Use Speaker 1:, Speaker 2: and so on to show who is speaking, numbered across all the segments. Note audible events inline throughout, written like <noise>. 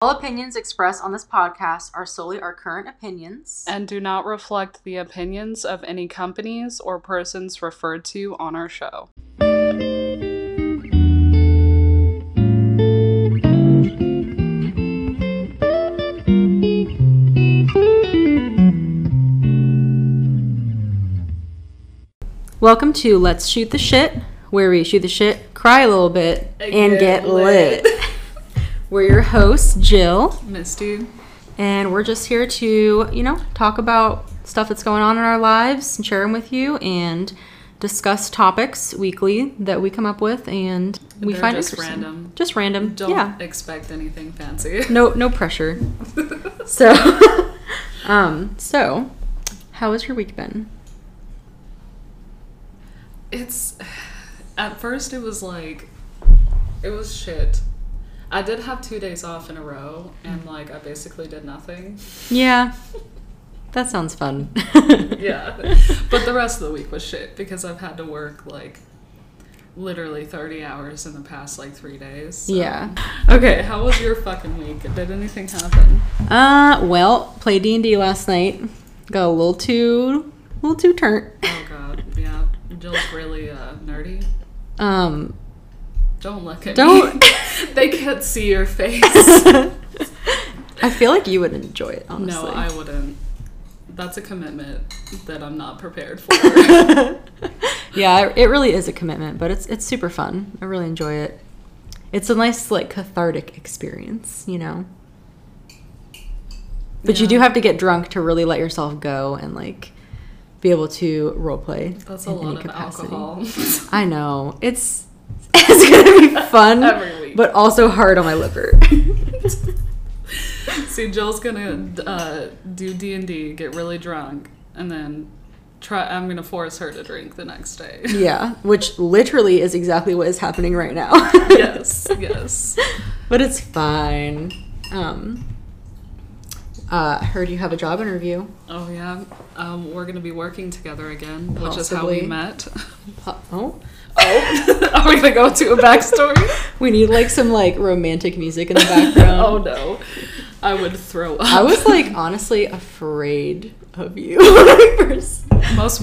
Speaker 1: All opinions expressed on this podcast are solely our current opinions.
Speaker 2: and do not reflect the opinions of any companies or persons referred to on our show.
Speaker 1: Welcome to Let's Shoot the Shit, where we shoot the shit, cry a little bit, and, get, lit.
Speaker 2: <laughs>
Speaker 1: we're your hosts, Jill,
Speaker 2: Misty,
Speaker 1: and we're just here to, you know, talk about stuff that's going on in our lives and share them with you and discuss topics weekly that we come up with and we
Speaker 2: They're
Speaker 1: find
Speaker 2: just
Speaker 1: interesting.
Speaker 2: random.
Speaker 1: Just random.
Speaker 2: don't
Speaker 1: yeah.
Speaker 2: expect anything fancy.
Speaker 1: No no
Speaker 2: <laughs>
Speaker 1: pressure. so <laughs> um so how has your week been?
Speaker 2: It's at first it was like it was shit. I did have two days off in a row,
Speaker 1: Mm.
Speaker 2: and like I basically
Speaker 1: <laughs>
Speaker 2: did nothing.
Speaker 1: Yeah. That sounds fun.
Speaker 2: <laughs> Yeah, but the rest of the week was shit because I've had to work like literally 30 hours in the past like three days.
Speaker 1: <laughs>
Speaker 2: so-
Speaker 1: Yeah.
Speaker 2: Okay, how was your fucking week? Did anything happen?
Speaker 1: Uh, well, played D and D last night. Got a little too, a little too turnt.
Speaker 2: Oh god, yeah. Jill's really uh, nerdy. <laughs>
Speaker 1: Um,
Speaker 2: Don't look at me. <laughs>
Speaker 1: don't. <laughs>
Speaker 2: they can't see your face.
Speaker 1: I feel like you would enjoy it, honestly.
Speaker 2: no, I wouldn't. That's a commitment that I'm not prepared for.
Speaker 1: <laughs>
Speaker 2: <laughs>
Speaker 1: yeah, it really is a commitment, but it's it's super fun. I really enjoy it. It's a nice like cathartic experience, you know. But you
Speaker 2: Yeah.
Speaker 1: do have to get drunk to really let yourself go and like be able to role play.
Speaker 2: That's a
Speaker 1: in any
Speaker 2: lot of
Speaker 1: capacity.
Speaker 2: alcohol.
Speaker 1: I know. It's <laughs> it's gonna
Speaker 2: <laughs>
Speaker 1: be fun
Speaker 2: Every week.
Speaker 1: but also hard on my
Speaker 2: <laughs>
Speaker 1: liver.
Speaker 2: <laughs> see, Jill's gonna uh, do D and D, get really drunk, and then try. I'm gonna force her to drink the next day.
Speaker 1: yeah, which literally is exactly what is happening right now. <laughs>
Speaker 2: yes, yes.
Speaker 1: but it's fine. Um, uh, I heard you have a job interview.
Speaker 2: <laughs> Oh yeah. Um, we're gonna be working together again, which is how
Speaker 1: Possibly.
Speaker 2: we met. <laughs>
Speaker 1: Oh,
Speaker 2: Oh, are we gonna go to a backstory?
Speaker 1: <laughs> we need like some like romantic music
Speaker 2: <laughs>
Speaker 1: in the background.
Speaker 2: oh no, I would throw up.
Speaker 1: I was like honestly afraid of you <laughs> when I first.
Speaker 2: Most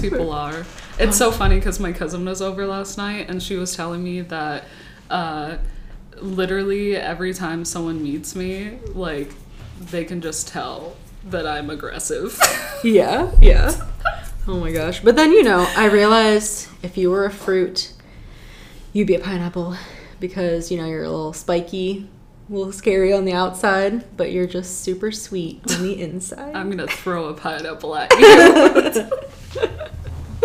Speaker 1: <laughs>
Speaker 2: people are. It's so funny because my cousin was over last night and she was telling me that uh, literally every time someone meets me, like they can just tell that I'm aggressive.
Speaker 1: <laughs> Yeah, yeah. Oh my gosh. But then, you know, I realized if you were a fruit, you'd be a pineapple because, you know, you're a little spiky, a little scary on the outside, but you're just super sweet on
Speaker 2: <laughs>
Speaker 1: the inside.
Speaker 2: I'm gonna throw a pineapple at you.
Speaker 1: <laughs>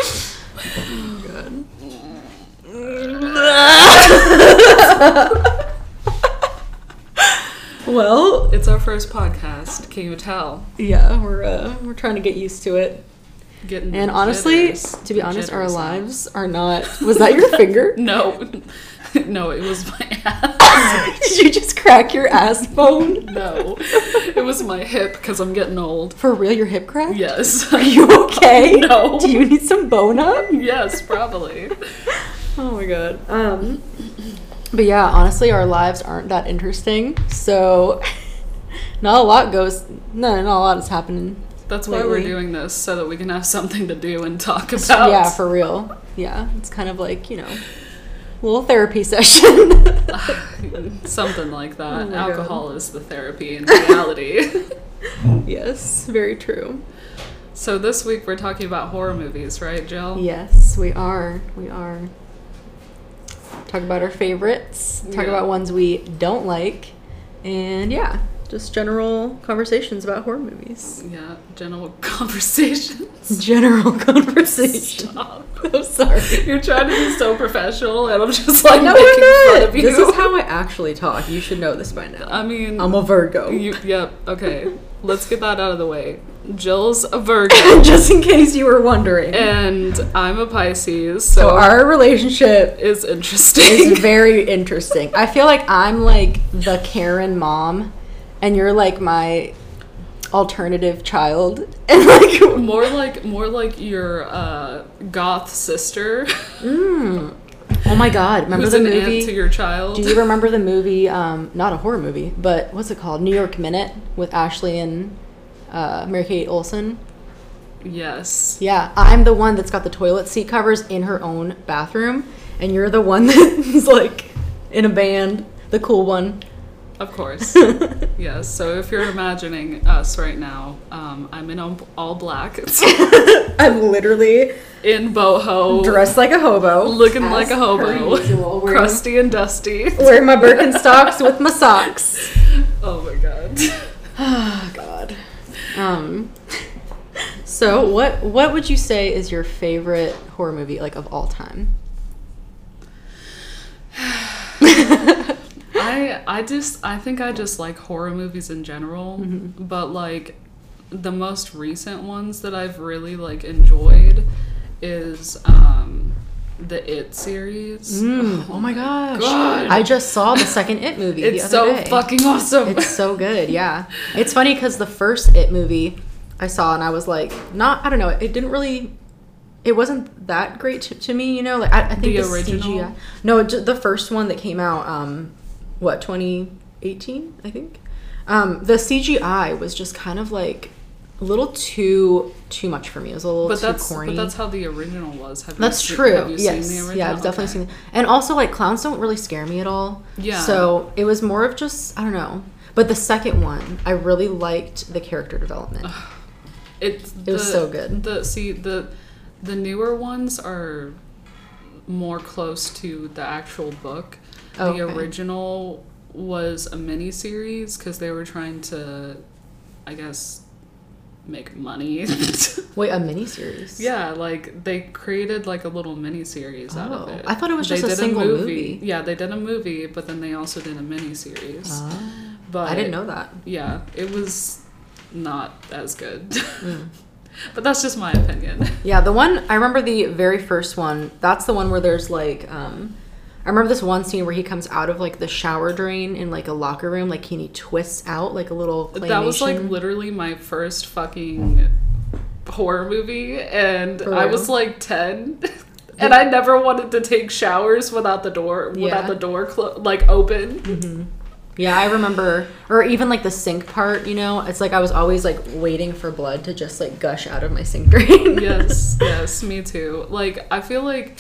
Speaker 1: well,
Speaker 2: it's our first podcast. Can you tell?
Speaker 1: yeah, we're uh, we're trying to get used to it.
Speaker 2: Getting
Speaker 1: And
Speaker 2: the
Speaker 1: honestly,
Speaker 2: jitters-
Speaker 1: to be honest, our
Speaker 2: jitters now.
Speaker 1: lives are not. Was that your
Speaker 2: <laughs>
Speaker 1: finger? <laughs>
Speaker 2: No, no, it was my <laughs> ass.
Speaker 1: Did you just crack your ass bone?
Speaker 2: <laughs> No, it was my hip because I'm getting old.
Speaker 1: For real, your hip crack? <laughs>
Speaker 2: Yes.
Speaker 1: Are you <laughs> okay?
Speaker 2: No.
Speaker 1: Do you need some bone up?
Speaker 2: yes, probably.
Speaker 1: <laughs> Oh my god. Um but yeah, honestly our lives aren't that interesting. So <laughs> not a lot goes no, not a lot is happening.
Speaker 2: That's why we're
Speaker 1: lately.
Speaker 2: doing this so that we can have something to do and talk about.
Speaker 1: Yeah, for real. Yeah. It's kind of like, you know, little therapy <laughs> session.
Speaker 2: <sighs> something like that.
Speaker 1: Oh my
Speaker 2: Alcohol is the therapy in reality.
Speaker 1: <laughs>
Speaker 2: <laughs>
Speaker 1: yes, very true.
Speaker 2: so this week we're talking about horror movies, right, Jill?
Speaker 1: Yes, we are. We are. Talk about our favorites, talk
Speaker 2: Yeah.
Speaker 1: about ones we don't like, and yeah, just general conversations about horror movies. <laughs>
Speaker 2: Yeah, general <laughs> conversations.
Speaker 1: General conversation.
Speaker 2: Stop.
Speaker 1: <laughs> I'm sorry.
Speaker 2: You're trying to be
Speaker 1: <laughs>
Speaker 2: so professional, and I'm just like
Speaker 1: No,
Speaker 2: making
Speaker 1: I'm
Speaker 2: fun
Speaker 1: not.
Speaker 2: of you.
Speaker 1: This is how I actually talk. You should know this by now.
Speaker 2: I mean,
Speaker 1: I'm a Virgo. <laughs>
Speaker 2: you, yep. Okay, let's get that out of the way. Jill's a
Speaker 1: <laughs>
Speaker 2: Virgo,
Speaker 1: Just in case you were wondering.
Speaker 2: and I'm a Pisces,
Speaker 1: so
Speaker 2: so,
Speaker 1: our relationship
Speaker 2: it's interesting. <laughs>
Speaker 1: is very interesting. I feel like I'm like the Karen mom, and you're like my alternative child. <laughs> And like,
Speaker 2: More like more like your uh, goth sister.
Speaker 1: Oh my god, remember
Speaker 2: <laughs> Who's
Speaker 1: the
Speaker 2: an
Speaker 1: movie?
Speaker 2: aunt to your child?
Speaker 1: Do you remember the movie? Um, not a horror movie, but what's it called? New York Minute with Ashley and uh, Mary Kate Olsen.
Speaker 2: yes.
Speaker 1: Yeah, I'm the one that's got the toilet seat covers in her own bathroom, and you're the one <laughs> that's like in a band, the cool one. <laughs>
Speaker 2: Of course. yes. So if you're imagining us right now, um, I'm in all
Speaker 1: <laughs>
Speaker 2: all black,
Speaker 1: I'm literally
Speaker 2: in boho,
Speaker 1: dressed like a hobo,
Speaker 2: looking
Speaker 1: as
Speaker 2: like a hobo,
Speaker 1: per usual, wearing-
Speaker 2: crusty and
Speaker 1: <laughs>
Speaker 2: dusty.
Speaker 1: Wearing my Birkenstocks with my <sighs> socks.
Speaker 2: Oh my god. <laughs>
Speaker 1: Oh God. Um. So what what would you say is your favorite horror movie like of all <sighs> time? <laughs>
Speaker 2: I I just I think I just like horror movies in general,
Speaker 1: Mm-hmm.
Speaker 2: but like the most recent ones that I've really like enjoyed is um the It series.
Speaker 1: Mm, oh my gosh!
Speaker 2: God.
Speaker 1: I just saw the second It movie. the
Speaker 2: It's
Speaker 1: other
Speaker 2: so
Speaker 1: day.
Speaker 2: fucking awesome.
Speaker 1: It's so good, yeah. It's funny because the first It movie I saw and I was like, not, I don't know, it didn't really, it wasn't that great to, to me, you know? Like, I, I think
Speaker 2: The
Speaker 1: the
Speaker 2: original?
Speaker 1: CGI no, ju- the first one that came out, um, what, 2018, I think? Um, the CGI was just kind of like a little too, too much for me. It was a little
Speaker 2: <laughs> but
Speaker 1: too
Speaker 2: that's
Speaker 1: corny.
Speaker 2: but that's how the original was. Have you
Speaker 1: That's
Speaker 2: se-
Speaker 1: true.
Speaker 2: Have you
Speaker 1: yes.
Speaker 2: seen the original?
Speaker 1: yeah, I've definitely
Speaker 2: Okay.
Speaker 1: seen. And also, like clowns don't really scare me at all.
Speaker 2: Yeah.
Speaker 1: So it was more of just I don't know. But the second one, I really liked the character development.
Speaker 2: It's
Speaker 1: It was so good.
Speaker 2: The see the the newer ones are more close to the actual book.
Speaker 1: Okay.
Speaker 2: The original was a mini series because they were trying to, I guess, make money. <laughs>
Speaker 1: Wait, a miniseries.
Speaker 2: yeah, like they created like a little mini series out of
Speaker 1: Oh,
Speaker 2: it.
Speaker 1: I thought it was just a
Speaker 2: did
Speaker 1: single movie.
Speaker 2: Yeah, they did a movie, but then they also did a mini series.
Speaker 1: Oh,
Speaker 2: but
Speaker 1: I didn't know that.
Speaker 2: yeah, it was not as good. <laughs>
Speaker 1: Mm.
Speaker 2: but that's just my opinion.
Speaker 1: Yeah, the one I remember the very first one. That's the one where there's like um I remember this one scene where he comes out of like the shower drain in like a locker room, like and he twists out like a little.
Speaker 2: That was like
Speaker 1: claymation.
Speaker 2: literally my first fucking horror movie, and
Speaker 1: For
Speaker 2: I
Speaker 1: real?
Speaker 2: was
Speaker 1: <laughs>
Speaker 2: like 10. And I never wanted to take showers without the door, without
Speaker 1: Yeah.
Speaker 2: the door clo- like open.
Speaker 1: <laughs> Yeah, I remember, or even like the sink part. You know, it's like I was always like waiting for blood to just like gush out of my sink drain.
Speaker 2: yes, yes, me too. Like I feel like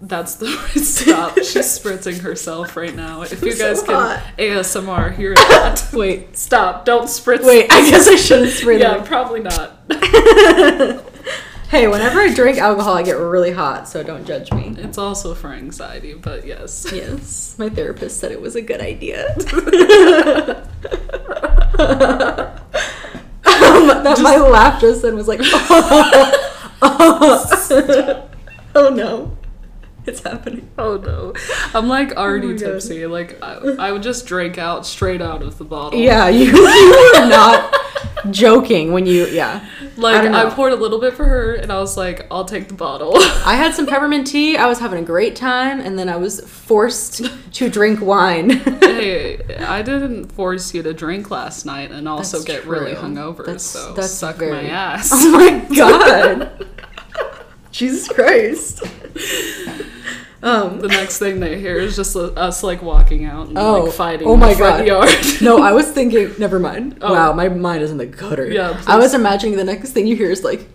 Speaker 2: that's the <laughs> stop. She's spritzing herself right now. If you
Speaker 1: I'm so
Speaker 2: guys can
Speaker 1: hot.
Speaker 2: ASMR, hear that.
Speaker 1: Wait,
Speaker 2: stop! Don't spritz.
Speaker 1: wait. I guess I shouldn't spray
Speaker 2: Yeah,
Speaker 1: that.
Speaker 2: probably not.
Speaker 1: Hey, whenever I drink alcohol, I get really hot, so don't judge me.
Speaker 2: It's also for anxiety,
Speaker 1: <laughs>
Speaker 2: but yes.
Speaker 1: Yes, my therapist said it was a good idea. Um, that my laugh just then was like, oh no, it's happening.
Speaker 2: Oh no. I'm like already
Speaker 1: Oh my God.
Speaker 2: tipsy. Like I, I would just drink out straight out of the bottle. <laughs>
Speaker 1: Yeah, you, you were not joking when you, yeah.
Speaker 2: Like
Speaker 1: I don't
Speaker 2: I,
Speaker 1: know.
Speaker 2: poured a little bit for her and I was like, I'll take the bottle.
Speaker 1: <laughs> I had some peppermint tea, I was having a great time, and then I was forced to drink wine.
Speaker 2: <laughs> hey, I didn't force you to drink last night and also
Speaker 1: That's
Speaker 2: get really
Speaker 1: true.
Speaker 2: hungover,
Speaker 1: That's-
Speaker 2: so
Speaker 1: that's
Speaker 2: suck my
Speaker 1: very- <laughs>
Speaker 2: ass.
Speaker 1: <laughs> oh my
Speaker 2: <laughs>
Speaker 1: god. Jesus Christ. Um,
Speaker 2: the next thing they hear is just uh, us like walking out and
Speaker 1: Oh.
Speaker 2: like fighting
Speaker 1: Oh
Speaker 2: in the
Speaker 1: my
Speaker 2: front
Speaker 1: God.
Speaker 2: yard.
Speaker 1: <laughs> <laughs> no, I was thinking, never mind.
Speaker 2: Oh.
Speaker 1: Wow, my mind is in the gutter.
Speaker 2: Yeah,
Speaker 1: I
Speaker 2: please.
Speaker 1: was imagining the next thing you hear is like,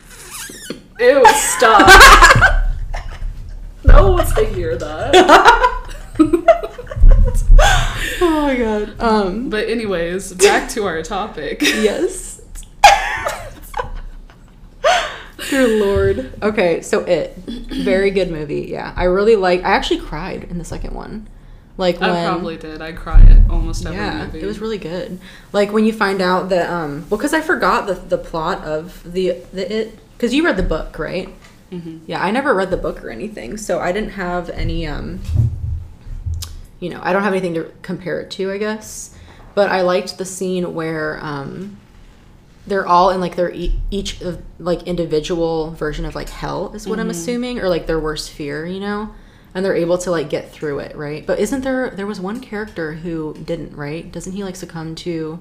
Speaker 2: <laughs> Ew,
Speaker 1: <laughs>
Speaker 2: stop. no one wants to
Speaker 1: <laughs>
Speaker 2: hear that.
Speaker 1: oh my god. Um,
Speaker 2: But anyways, back to our topic.
Speaker 1: yes. Dear Lord. Okay, so it. Very good movie. Yeah. I really like I actually cried in the second one. Like when
Speaker 2: I probably did. I cry at almost every
Speaker 1: yeah,
Speaker 2: movie.
Speaker 1: it was really good. Like when you find out that um well cuz I forgot the the plot of the the it cuz you read the book, right?
Speaker 2: Mhm.
Speaker 1: Yeah, I never read the book or anything. So I didn't have any um you know, I don't have anything to compare it to, I guess. But I liked the scene where um they're all in like their e- each of, like individual version of like hell is what I'm assuming or like their worst fear, you know, and they're able to like get through it, right? But isn't there there was one character who didn't, right? Doesn't he like succumb to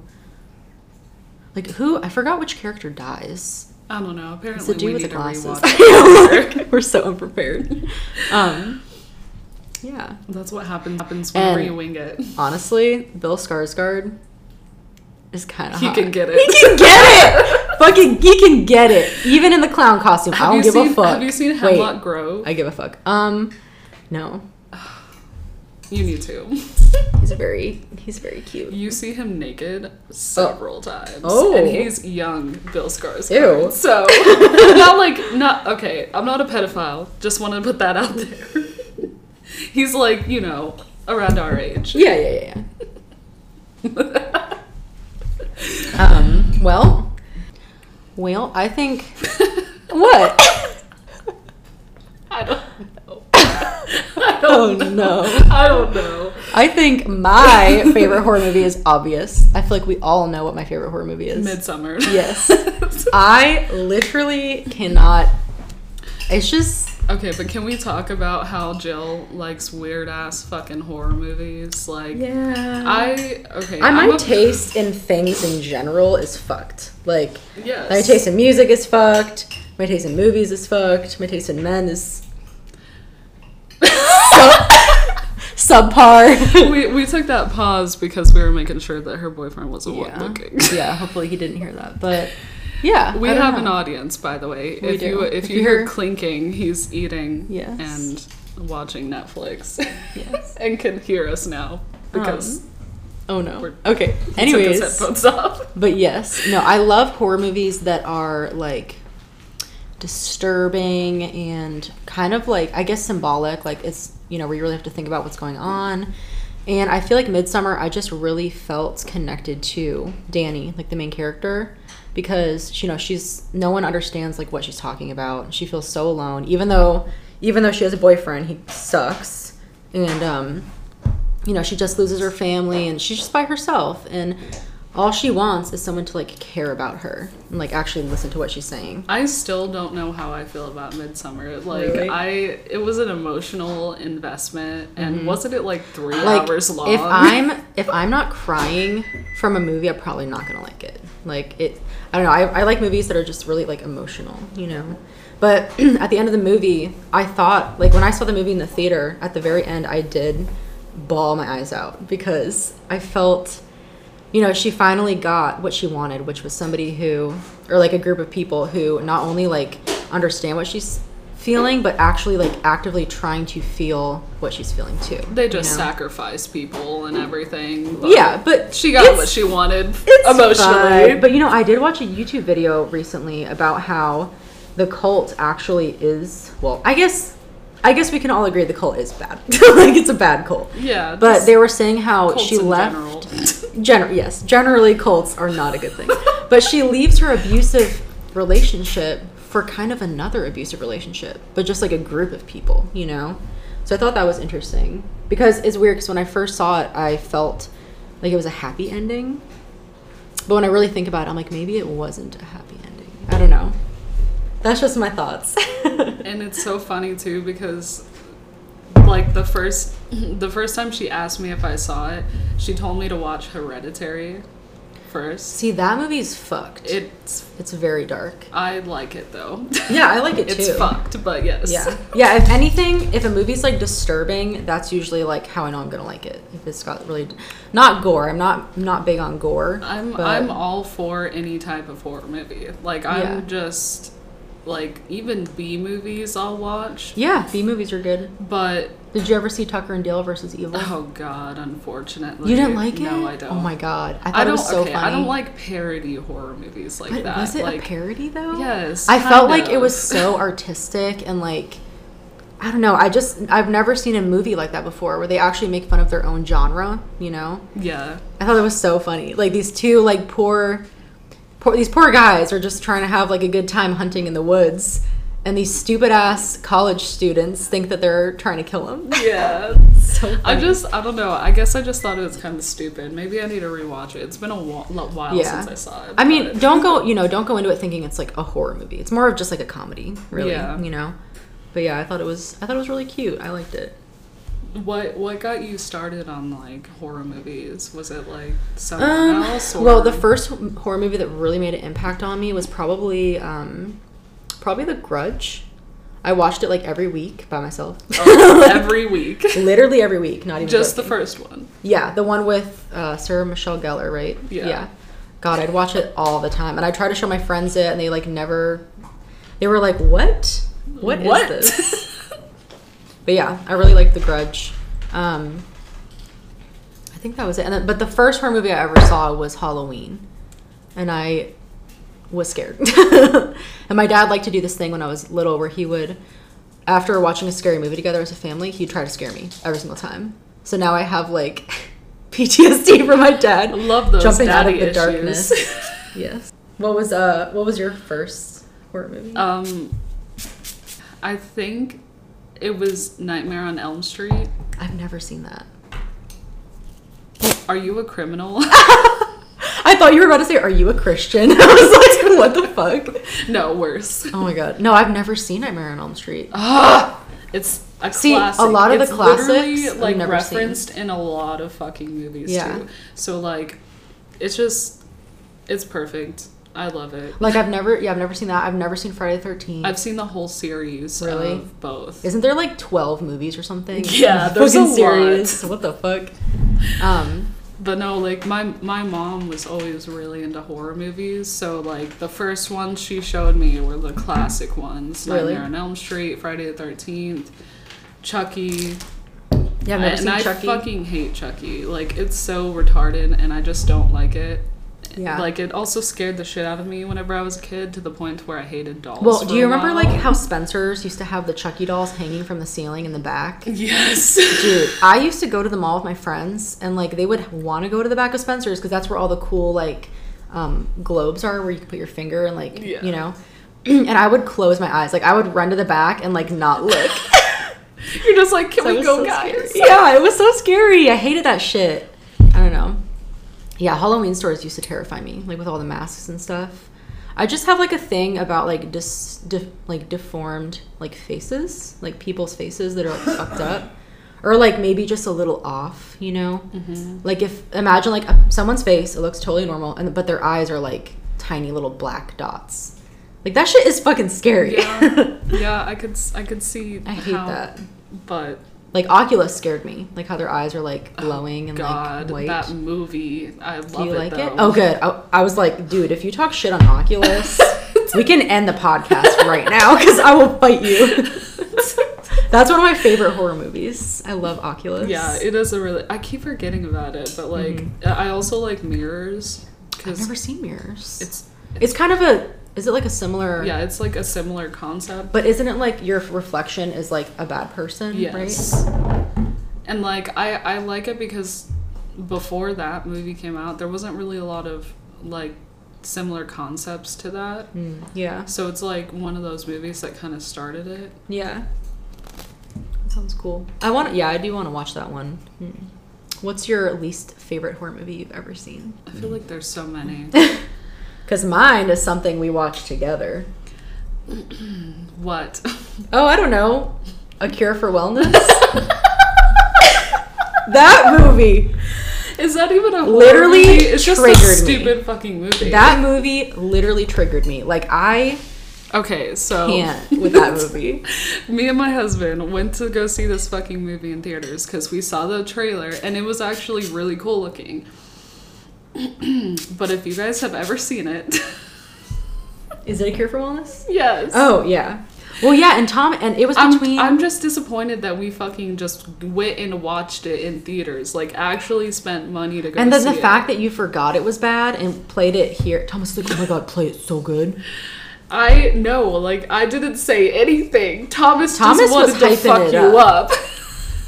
Speaker 1: like who I forgot which character dies.
Speaker 2: I don't know.
Speaker 1: It's the
Speaker 2: Apparently,
Speaker 1: dude
Speaker 2: we
Speaker 1: with the
Speaker 2: need to
Speaker 1: glasses.
Speaker 2: rewatch.
Speaker 1: We're so unprepared. <laughs> Um, Yeah.
Speaker 2: <laughs> That's what happens happens whenever
Speaker 1: And-
Speaker 2: you wing it. <laughs>
Speaker 1: Honestly, Bill Skarsgård is kind of
Speaker 2: He
Speaker 1: hot.
Speaker 2: can
Speaker 1: <laughs>
Speaker 2: get
Speaker 1: He
Speaker 2: it.
Speaker 1: can get it. Fucking, he can get it. Even in the clown costume, I don't
Speaker 2: you
Speaker 1: give
Speaker 2: seen,
Speaker 1: a fuck.
Speaker 2: Have you seen
Speaker 1: Wait,
Speaker 2: Hemlock Grove?
Speaker 1: I give a fuck. Um, no,
Speaker 2: you need to. <laughs>
Speaker 1: he's a very, he's very cute.
Speaker 2: You see him naked several times.
Speaker 1: Oh.
Speaker 2: And he's young Bill Skarsgård.
Speaker 1: Ew.
Speaker 2: So, <laughs> not like, not, okay, I'm not a pedophile. Just want to put that out there. <laughs> he's like, you know, around our age.
Speaker 1: Yeah, yeah, yeah,
Speaker 2: <laughs>
Speaker 1: yeah. um, well, well, I think <laughs> what?
Speaker 2: I don't
Speaker 1: <laughs>
Speaker 2: know. I
Speaker 1: Oh
Speaker 2: don't know.
Speaker 1: no.
Speaker 2: I don't know.
Speaker 1: I think my favorite horror movie is obvious. I feel like we all know what my favorite horror movie is.
Speaker 2: Midsummer. <laughs>
Speaker 1: Yes. <laughs> I literally cannot. It's just
Speaker 2: okay, but can we talk about how Jill likes weird ass fucking horror movies? Like,
Speaker 1: yeah.
Speaker 2: I okay.
Speaker 1: I,
Speaker 2: I'm
Speaker 1: my
Speaker 2: a-
Speaker 1: taste in things in general is fucked. Like
Speaker 2: Yes.
Speaker 1: my taste in music is fucked. My taste in movies is fucked. My taste in men is <laughs> sub- <laughs> subpar.
Speaker 2: we, we took that pause because we were making sure that her boyfriend wasn't
Speaker 1: yeah. <laughs>
Speaker 2: looking.
Speaker 1: yeah. Hopefully he didn't hear that, but yeah.
Speaker 2: We
Speaker 1: I don't
Speaker 2: have
Speaker 1: know.
Speaker 2: an audience, by the way.
Speaker 1: We
Speaker 2: if
Speaker 1: do.
Speaker 2: you if,
Speaker 1: If
Speaker 2: you,
Speaker 1: you
Speaker 2: hear,
Speaker 1: hear-
Speaker 2: clinking, he's eating
Speaker 1: Yes.
Speaker 2: and watching Netflix.
Speaker 1: <laughs> Yes.
Speaker 2: <laughs> and can hear us now because
Speaker 1: Oh no.
Speaker 2: We're-
Speaker 1: Okay.
Speaker 2: he took his
Speaker 1: Anyways.
Speaker 2: headphones off.
Speaker 1: But yes, no, I love horror movies that are like disturbing and kind of like I guess symbolic. Like it's you know where you really have to think about what's going on. And I feel like Midsummer, I just really felt connected to Danny, like the main character, because you know she's no one understands like what she's talking about. She feels so alone, even though even though she has a boyfriend, he sucks, and um, you know, she just loses her family and she's just by herself and all she wants is someone to like care about her and like actually listen to what she's saying.
Speaker 2: I still don't know how I feel about Midsummer. Like
Speaker 1: Really?
Speaker 2: I, it was an emotional investment, and wasn't it like three
Speaker 1: Mm-hmm. Like
Speaker 2: hours long?
Speaker 1: if I'm if I'm not crying from a movie, I'm probably not gonna like it. Like it, I don't know. I, I like movies that are just really like emotional, you know. But <clears throat> at the end of the movie, I thought like when I saw the movie in the theater, at the very end, I did bawl my eyes out because I felt you know, she finally got what she wanted, which was somebody who, or like a group of people who not only like understand what she's feeling, but actually like actively trying to feel what she's feeling too.
Speaker 2: <laughs> they just
Speaker 1: you know?
Speaker 2: sacrifice people and everything. but
Speaker 1: Yeah, but
Speaker 2: she got
Speaker 1: it's-
Speaker 2: what she wanted
Speaker 1: it's
Speaker 2: emotionally.
Speaker 1: fine. But you know, I did watch a YouTube video recently about how the cult actually is. Well, I guess, I guess we can all agree the cult is bad. <laughs> like it's a bad cult.
Speaker 2: yeah,
Speaker 1: But
Speaker 2: just
Speaker 1: they were saying how
Speaker 2: cults
Speaker 1: she
Speaker 2: in
Speaker 1: left.
Speaker 2: general.
Speaker 1: Gener- yes, generally cults are not a good thing. but she leaves her abusive relationship for kind of another abusive relationship, but just like a group of people, you know? So I thought that was interesting because it's weird because when I first saw it, I felt like it was a happy ending. But when I really think about it, I'm like, maybe it wasn't a happy ending. I don't know. That's just my thoughts. <laughs>
Speaker 2: and it's so funny too because like the first <laughs> the first time she asked me if I saw it, she told me to watch Hereditary first.
Speaker 1: See, that movie's fucked.
Speaker 2: It's
Speaker 1: it's very dark.
Speaker 2: I like it though.
Speaker 1: Yeah, I like it too.
Speaker 2: <laughs> it's fucked, but yes.
Speaker 1: Yeah. Yeah, if anything, if a movie's like disturbing, that's usually like how I know I'm going to like it. If it's got really not gore. I'm not not big on gore.
Speaker 2: I'm
Speaker 1: but
Speaker 2: I'm all for any type of horror movie. Like I'm
Speaker 1: Yeah.
Speaker 2: just like even B movies I'll watch,
Speaker 1: Yeah, B movies are good.
Speaker 2: but
Speaker 1: Did you ever see Tucker and Dale versus Evil?
Speaker 2: oh god, unfortunately.
Speaker 1: you didn't like it?
Speaker 2: No, I don't.
Speaker 1: Oh my god. I thought
Speaker 2: I
Speaker 1: it
Speaker 2: don't
Speaker 1: was so
Speaker 2: okay,
Speaker 1: funny.
Speaker 2: I don't like parody horror movies like
Speaker 1: but
Speaker 2: that.
Speaker 1: was it
Speaker 2: like
Speaker 1: a parody though?
Speaker 2: Yes,
Speaker 1: I felt
Speaker 2: kind
Speaker 1: like it was
Speaker 2: of.
Speaker 1: so <laughs> artistic and like I don't know. I just I've never seen a movie like that before where they actually make fun of their own genre, you know?
Speaker 2: Yeah.
Speaker 1: I thought it was so funny. Like these two like poor, poor these poor guys are just trying to have like a good time hunting in the woods, and these stupid ass college students think that they're trying to kill them. <laughs>
Speaker 2: Yeah.
Speaker 1: so funny.
Speaker 2: I just, I don't know. I guess I just thought it was kind of stupid. Maybe I need to rewatch it. It's been a wa- lo- while
Speaker 1: Yeah.
Speaker 2: since I saw it.
Speaker 1: I mean,
Speaker 2: but-
Speaker 1: don't go. You know, don't go into it thinking it's like a horror movie. It's more of just like a comedy, really.
Speaker 2: Yeah.
Speaker 1: You know. But yeah, I thought it was. I thought it was really cute. I liked it.
Speaker 2: what what got you started on like horror movies? Was it like someone
Speaker 1: Um,
Speaker 2: else? Or,
Speaker 1: well, the first horror movie that really made an impact on me was probably um, probably The Grudge. I watched it like every week by myself. <laughs>
Speaker 2: Oh, every week.
Speaker 1: Literally every week, not even
Speaker 2: <laughs> Just the
Speaker 1: joking.
Speaker 2: first one.
Speaker 1: Yeah, the one with uh, Sarah Michelle Gellar, right?
Speaker 2: Yeah.
Speaker 1: God, I'd watch it all the time, and I try to show my friends it, and they like never. They were like, "What? What is
Speaker 2: <laughs>
Speaker 1: this?" But yeah, I really like The Grudge. Um, I think that was it. And then, but the first horror movie I ever saw was Halloween, and I was scared. <laughs> and my dad liked to do this thing when I was little, where he would, after watching a scary movie together as a family, he'd try to scare me every single time. So now I have like <laughs> PTSD from my dad.
Speaker 2: I love those
Speaker 1: jumping out of
Speaker 2: daddy
Speaker 1: the
Speaker 2: issues.
Speaker 1: darkness.
Speaker 2: <laughs>
Speaker 1: yes. What was uh What was your first horror movie?
Speaker 2: um, I think it was Nightmare on Elm Street.
Speaker 1: I've never seen that.
Speaker 2: Are you a criminal?
Speaker 1: <laughs>
Speaker 2: <laughs>
Speaker 1: I thought you were about to say, "Are you a Christian?" <laughs> I was like, "What the fuck?"
Speaker 2: no, worse.
Speaker 1: Oh my god! No, I've never seen Nightmare on Elm Street.
Speaker 2: It's a
Speaker 1: See, a
Speaker 2: classic.
Speaker 1: lot of the
Speaker 2: It's literally,
Speaker 1: classics I've
Speaker 2: like
Speaker 1: never seen.
Speaker 2: referenced in a lot of fucking movies
Speaker 1: Yeah.
Speaker 2: too. So like, it's just, it's perfect. I love it.
Speaker 1: Like I've never, yeah, I've never seen that. I've never seen Friday the Thirteenth.
Speaker 2: I've seen the whole series
Speaker 1: Really?
Speaker 2: of both.
Speaker 1: Isn't there like twelve movies or something? <laughs>
Speaker 2: Yeah, there's
Speaker 1: Fucking
Speaker 2: a lot.
Speaker 1: serious. <laughs> What the fuck? Um,
Speaker 2: But no, like my my mom was always really into horror movies. So like the first ones she showed me were the classic ones:
Speaker 1: Really?
Speaker 2: Nightmare on Elm Street, Friday the Thirteenth, Chucky.
Speaker 1: yeah, I've never
Speaker 2: and
Speaker 1: seen
Speaker 2: I
Speaker 1: Chucky.
Speaker 2: fucking hate Chucky. Like it's so retarded, and I just don't like it.
Speaker 1: Yeah.
Speaker 2: Like it also scared the shit out of me whenever I was a kid to the point where I hated dolls.
Speaker 1: well,
Speaker 2: for
Speaker 1: do you
Speaker 2: a
Speaker 1: remember
Speaker 2: while.
Speaker 1: like how Spencer's used to have the Chucky dolls hanging from the ceiling in the back?
Speaker 2: <laughs> Yes. <laughs>
Speaker 1: Dude, I used to go to the mall with my friends, and like they would want to go to the back of Spencer's because that's where all the cool like um, globes are, where you can put your finger and like
Speaker 2: Yeah.
Speaker 1: you know. <clears throat> And I would close my eyes, like I would run to the back and like not look.
Speaker 2: You're just like, can
Speaker 1: That
Speaker 2: we
Speaker 1: was
Speaker 2: go,
Speaker 1: so
Speaker 2: guys?
Speaker 1: scary. <laughs> Yeah, it was so scary. I hated that shit. I don't know. Yeah, Halloween stores used to terrify me, like with all the masks and stuff. I just have like a thing about like dis de- like deformed like faces, like people's faces that are like fucked <laughs> up, or like maybe just a little off, you know. Like if imagine like a, someone's face, it looks totally normal, and but their eyes are like tiny little black dots. Like that shit is fucking scary. <laughs>
Speaker 2: Yeah. <laughs> Yeah, I could s- I could see.
Speaker 1: I hate
Speaker 2: how,
Speaker 1: that.
Speaker 2: But oh
Speaker 1: Like Oculus scared me. Like how their eyes are like glowing and
Speaker 2: God,
Speaker 1: like white.
Speaker 2: that movie, I love
Speaker 1: Do you
Speaker 2: it.
Speaker 1: like
Speaker 2: though.
Speaker 1: it? Oh, good. I, I was like, dude, if you talk shit on
Speaker 2: <laughs>
Speaker 1: Oculus, we can end the podcast right now because I will fight
Speaker 2: <laughs>
Speaker 1: you. <laughs> That's one of my favorite horror movies. I love Oculus.
Speaker 2: Yeah, it is a really. I keep forgetting about it, but like, I I also like mirrors
Speaker 1: Mm-hmm. I've
Speaker 2: because
Speaker 1: never seen mirrors. It's
Speaker 2: it's
Speaker 1: it's kind of a is it like a similar?
Speaker 2: yeah, it's like a similar concept.
Speaker 1: But isn't it like your reflection is like a bad person? Right.
Speaker 2: Yes. And like I I like it because before that movie came out, there wasn't really a lot of like similar concepts to that.
Speaker 1: Mm, yeah.
Speaker 2: So it's like one of those movies that kind of started it.
Speaker 1: Yeah. That sounds cool. I want. Yeah, I do want to watch that one. Mm. What's your least favorite horror movie you've ever seen?
Speaker 2: I feel like there's so many.
Speaker 1: Mm-hmm. Because mine is something we watched together.
Speaker 2: what? <laughs>
Speaker 1: Oh, I don't know. A Cure for Wellness? <laughs> that movie.
Speaker 2: Is that even a horror
Speaker 1: Literally
Speaker 2: movie? It's just a
Speaker 1: triggered me.
Speaker 2: stupid fucking movie.
Speaker 1: That movie literally triggered me. Like, I
Speaker 2: okay, so
Speaker 1: can't with that movie.
Speaker 2: <laughs> Me and my husband went to go see this fucking movie in theaters because we saw the trailer and it was actually really cool looking. <clears throat> but if you guys have ever seen it,
Speaker 1: <laughs>
Speaker 2: <laughs>
Speaker 1: Is it A Cure for Wellness?
Speaker 2: yes.
Speaker 1: Oh, yeah. Well, yeah, and Tom, and it was
Speaker 2: I'm,
Speaker 1: between.
Speaker 2: I'm just disappointed that we fucking just went and watched it in theaters. Like, actually spent money to go
Speaker 1: and then
Speaker 2: see
Speaker 1: the
Speaker 2: it.
Speaker 1: fact that you forgot it was bad and played it here. Thomas was like, oh my god, play it so good.
Speaker 2: I know, like, I didn't say anything. Thomas,
Speaker 1: Thomas
Speaker 2: just
Speaker 1: was
Speaker 2: wanted to
Speaker 1: hyping
Speaker 2: fuck
Speaker 1: it
Speaker 2: you up. <laughs>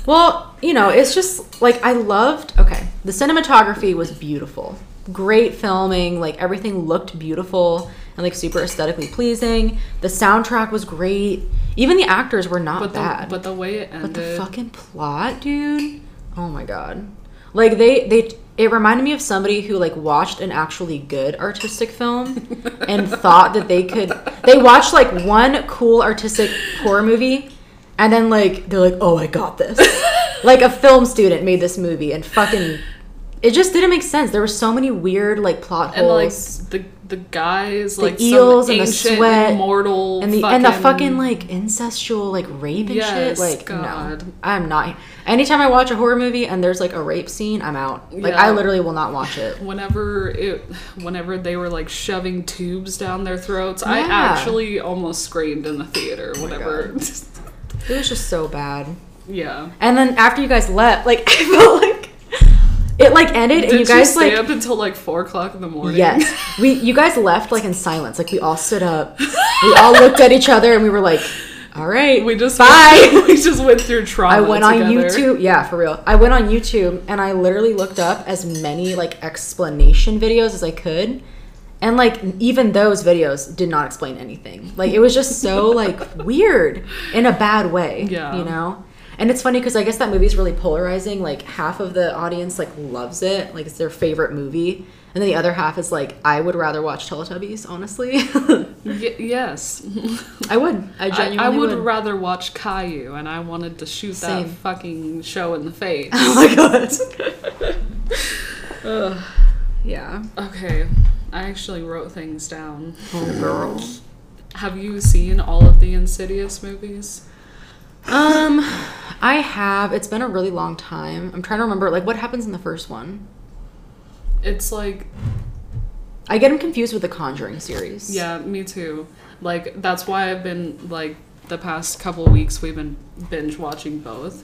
Speaker 1: Well, you know, it's just like I loved. Okay, the cinematography was beautiful, great filming. Like everything looked beautiful and like super aesthetically pleasing. The soundtrack was great. Even the actors were not
Speaker 2: but, the,
Speaker 1: bad.
Speaker 2: but the way it
Speaker 1: but
Speaker 2: ended.
Speaker 1: the fucking plot, dude. Oh my god. Like they they it reminded me of somebody who like watched an actually good artistic
Speaker 2: <laughs>
Speaker 1: film and thought that they could they watched like one cool artistic horror movie and
Speaker 2: <laughs>
Speaker 1: then like they're like, "Oh, I got this." like a film student made this movie and fucking it just didn't make sense. There were so many weird like plot
Speaker 2: And like
Speaker 1: holes.
Speaker 2: the the guys
Speaker 1: The
Speaker 2: like
Speaker 1: eels
Speaker 2: some
Speaker 1: and the
Speaker 2: ancient
Speaker 1: sweat
Speaker 2: immortal
Speaker 1: and the and the fucking like incestual like rape and
Speaker 2: Yes,
Speaker 1: shit. Like
Speaker 2: God.
Speaker 1: no, I'm not. Anytime I watch a horror movie and there's like a rape scene, I'm out. Like
Speaker 2: Yeah.
Speaker 1: I literally will not watch
Speaker 2: <laughs>
Speaker 1: it.
Speaker 2: whenever it whenever they were like shoving tubes down their throats i
Speaker 1: Yeah. Oh
Speaker 2: actually almost screamed in the theater whenever
Speaker 1: It was just so bad.
Speaker 2: <laughs> yeah
Speaker 1: And then after you guys left, like <laughs> I felt like it like ended
Speaker 2: did
Speaker 1: and you guys
Speaker 2: stay
Speaker 1: like
Speaker 2: up until like four o'clock in the morning
Speaker 1: yes we you guys left like in silence like we all stood up we
Speaker 2: <laughs>
Speaker 1: all looked at each other and we were like all right
Speaker 2: <laughs> we just
Speaker 1: bye
Speaker 2: we just went through trauma
Speaker 1: I went on
Speaker 2: together.
Speaker 1: YouTube. Yeah, for real. I went on YouTube and I literally looked up as many like explanation videos as I could. And like even those videos did not explain anything. Like it was just <laughs> so like weird in a bad way,
Speaker 2: Yeah.
Speaker 1: you know? And it's funny cuz I guess that movie's really polarizing. Like half of the audience like loves it. Like it's their favorite movie. And then the other half is like I would rather watch Teletubbies, honestly. <laughs>
Speaker 2: Y- yes
Speaker 1: I would. I
Speaker 2: I,
Speaker 1: genuinely
Speaker 2: I would
Speaker 1: would.
Speaker 2: rather watch caillou and i wanted to shoot
Speaker 1: Same.
Speaker 2: that fucking show in the face
Speaker 1: <laughs> oh my god. Ugh. Yeah.
Speaker 2: okay i actually wrote things down
Speaker 1: Oh, girl.
Speaker 2: have you seen all of the insidious movies
Speaker 1: Um, I have. It's been a really long time. I'm trying to remember, like, what happens in the first one.
Speaker 2: it's like
Speaker 1: I get them confused with the Conjuring series.
Speaker 2: Yeah, me too. Like that's why I've been like the past couple of weeks we've been binge watching both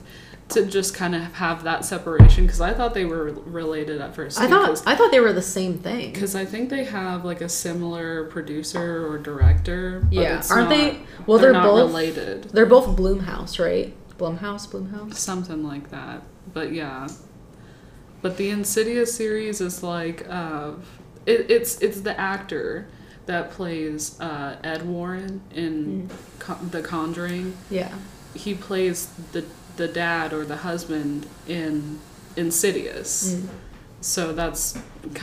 Speaker 2: to just kind of have that separation because I thought they were related at first.
Speaker 1: I thought I thought they were the same thing.
Speaker 2: because I think they have like a similar producer or director. But
Speaker 1: Yeah,
Speaker 2: it's
Speaker 1: aren't
Speaker 2: not-
Speaker 1: they? Well,
Speaker 2: they're,
Speaker 1: they're,
Speaker 2: not
Speaker 1: both
Speaker 2: related.
Speaker 1: they're both Bloomhouse, right? Blumhouse, Bloomhouse.
Speaker 2: Something like that. But yeah. But the Insidious series is like uh, it, it's it's the actor that plays uh, Ed Warren in Con- The Conjuring.
Speaker 1: Yeah.
Speaker 2: He plays the the dad or the husband in Insidious. So that's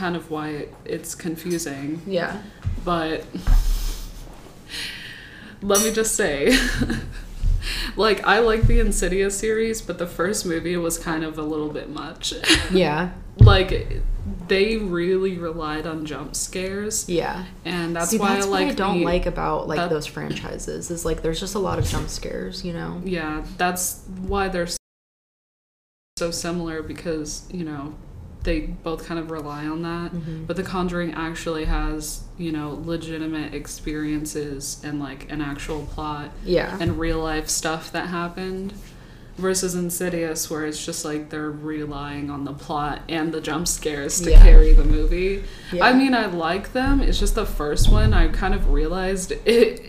Speaker 2: kind of why it, it's confusing
Speaker 1: Yeah.
Speaker 2: but let me just say <laughs> like i like the insidious series but the first movie was kind of a little bit much <laughs>
Speaker 1: Yeah.
Speaker 2: like they really relied on jump scares
Speaker 1: Yeah.
Speaker 2: and that's
Speaker 1: See,
Speaker 2: why
Speaker 1: that's
Speaker 2: i
Speaker 1: what
Speaker 2: like
Speaker 1: I don't
Speaker 2: the-
Speaker 1: like about like
Speaker 2: that-
Speaker 1: those franchises is like there's just a lot of jump scares, you know.
Speaker 2: yeah that's why they're so similar because you know they both kind of rely on that
Speaker 1: Mm-hmm.
Speaker 2: but the conjuring actually has you know legitimate experiences and like an actual plot
Speaker 1: Yeah.
Speaker 2: and real life stuff that happened versus Insidious, where it's just like they're relying on the plot and the jump scares to
Speaker 1: Yeah.
Speaker 2: carry the movie. I
Speaker 1: Yeah.
Speaker 2: mean, I like them. It's just the first one I kind of realized it.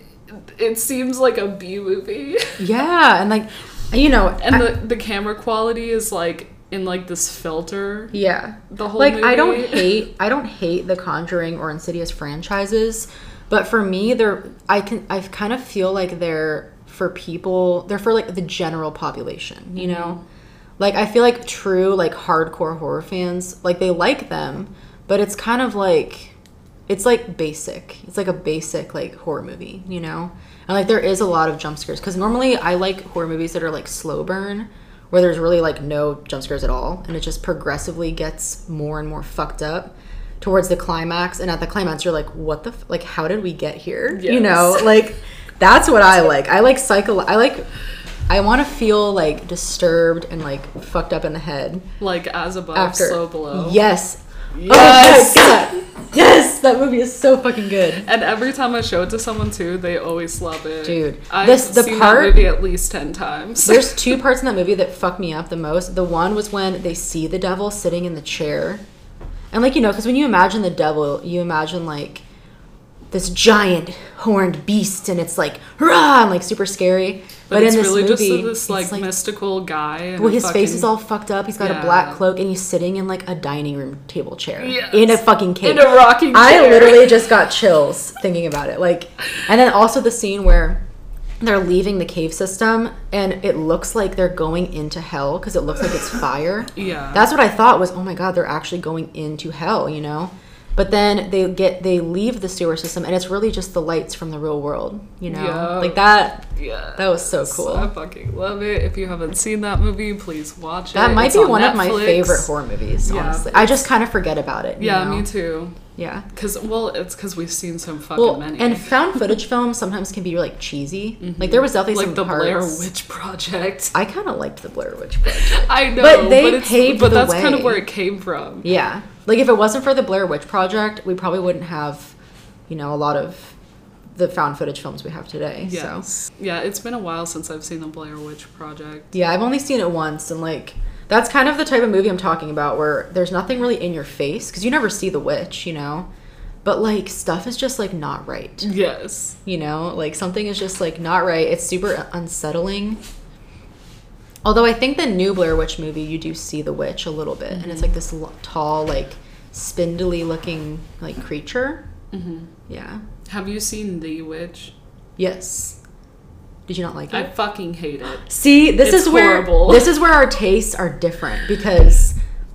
Speaker 2: It seems like a B movie, <laughs>
Speaker 1: yeah, and like you know,
Speaker 2: and
Speaker 1: I-
Speaker 2: the the camera quality is like in like this filter.
Speaker 1: Yeah.
Speaker 2: The whole
Speaker 1: like I don't
Speaker 2: movie. <laughs>
Speaker 1: hate I don't hate the Conjuring or Insidious franchises, but for me they're I can I kind of feel like they're for people they're for like the general population,
Speaker 2: Mm-hmm.
Speaker 1: you know? Like I feel like true like hardcore horror fans, like they like them, but it's kind of like it's like basic. It's like a basic like horror movie, you know? And like there is a lot of jump scares cuz normally I like horror movies that are like slow burn where there's really like no jump scares at all and it just progressively gets more and more fucked up towards the climax and at the climax you're like what the f- like how did we get here? You know, <laughs>
Speaker 2: Yes.
Speaker 1: like that's what I like. I like psycho I like I want to feel like disturbed and like fucked up in the head
Speaker 2: Like as above,
Speaker 1: after
Speaker 2: Oh, so below.
Speaker 1: Yes.
Speaker 2: Yes!
Speaker 1: Oh my
Speaker 2: <laughs>
Speaker 1: god. Yes, that movie is so fucking good.
Speaker 2: And every time I show it to someone too, they always love it.
Speaker 1: Dude,
Speaker 2: I've
Speaker 1: this- the
Speaker 2: seen
Speaker 1: part-
Speaker 2: that movie at least ten times. <laughs>
Speaker 1: There's two parts in that movie that fuck me up the most. The one was when they see the devil sitting in the chair. And like, you know, cuz when you imagine the devil, you imagine like this giant horned beast and it's like rah and like super scary. But,
Speaker 2: But, it's
Speaker 1: in this
Speaker 2: really
Speaker 1: movie,
Speaker 2: just this like,
Speaker 1: it's, like
Speaker 2: mystical guy. And
Speaker 1: Well,
Speaker 2: a
Speaker 1: his face
Speaker 2: fucking-
Speaker 1: is all fucked up. He's got
Speaker 2: Yeah.
Speaker 1: a black cloak, and he's sitting in like a dining room table chair
Speaker 2: Yes.
Speaker 1: in a fucking cave.
Speaker 2: In a rocking
Speaker 1: I
Speaker 2: chair.
Speaker 1: literally just got chills thinking about it. Like, and then also the scene where they're leaving the cave system, and it looks like they're going into hell because it looks like it's fire.
Speaker 2: <laughs> Yeah.
Speaker 1: That's what I thought was, oh my god, they're actually going into hell, you know? But then they get they leave the sewer system, and it's really just the lights from the real world. You know,
Speaker 2: Yeah.
Speaker 1: like that.
Speaker 2: Yeah.
Speaker 1: That was so cool.
Speaker 2: I fucking love it. If you haven't seen that movie, please watch it.
Speaker 1: That might
Speaker 2: It's
Speaker 1: be
Speaker 2: on
Speaker 1: one of my
Speaker 2: Netflix.
Speaker 1: favorite horror movies.
Speaker 2: Yeah.
Speaker 1: Honestly, I just kind of forget about it. you
Speaker 2: Yeah,
Speaker 1: know?
Speaker 2: me too.
Speaker 1: Yeah.
Speaker 2: Cause well, it's because we've seen so fucking
Speaker 1: Well,
Speaker 2: many.
Speaker 1: and found footage films sometimes can be like cheesy. Like there was definitely
Speaker 2: like
Speaker 1: some
Speaker 2: the
Speaker 1: parts.
Speaker 2: Blair
Speaker 1: <laughs>
Speaker 2: Witch Project.
Speaker 1: I kind of liked the Blair Witch. Project.
Speaker 2: I know,
Speaker 1: But they
Speaker 2: it's,
Speaker 1: paved
Speaker 2: but
Speaker 1: the
Speaker 2: that's kind of
Speaker 1: way.
Speaker 2: where it came from.
Speaker 1: Yeah. Like if it wasn't for the Blair Witch Project, we probably wouldn't have, you know, a lot of the found footage films we have today. So
Speaker 2: Yes. Yeah, it's been a while since I've seen the Blair Witch Project.
Speaker 1: yeah, I've only seen it once and like that's kind of the type of movie I'm talking about where there's nothing really in your face cuz you never see the witch, you know. But like stuff is just like not right.
Speaker 2: Yes.
Speaker 1: You know, like something is just like not right. It's super unsettling. Although I think the new Blair Witch movie, you do see the witch a little bit, and it's
Speaker 2: Mm-hmm.
Speaker 1: like this l- tall, like spindly looking like creature. Mm-hmm.
Speaker 2: hmm
Speaker 1: Yeah.
Speaker 2: Have you seen The Witch?
Speaker 1: Yes. Did you not like it?
Speaker 2: I fucking hate it.
Speaker 1: See, this
Speaker 2: It's
Speaker 1: is where
Speaker 2: horrible. <laughs>
Speaker 1: this is where our tastes are different because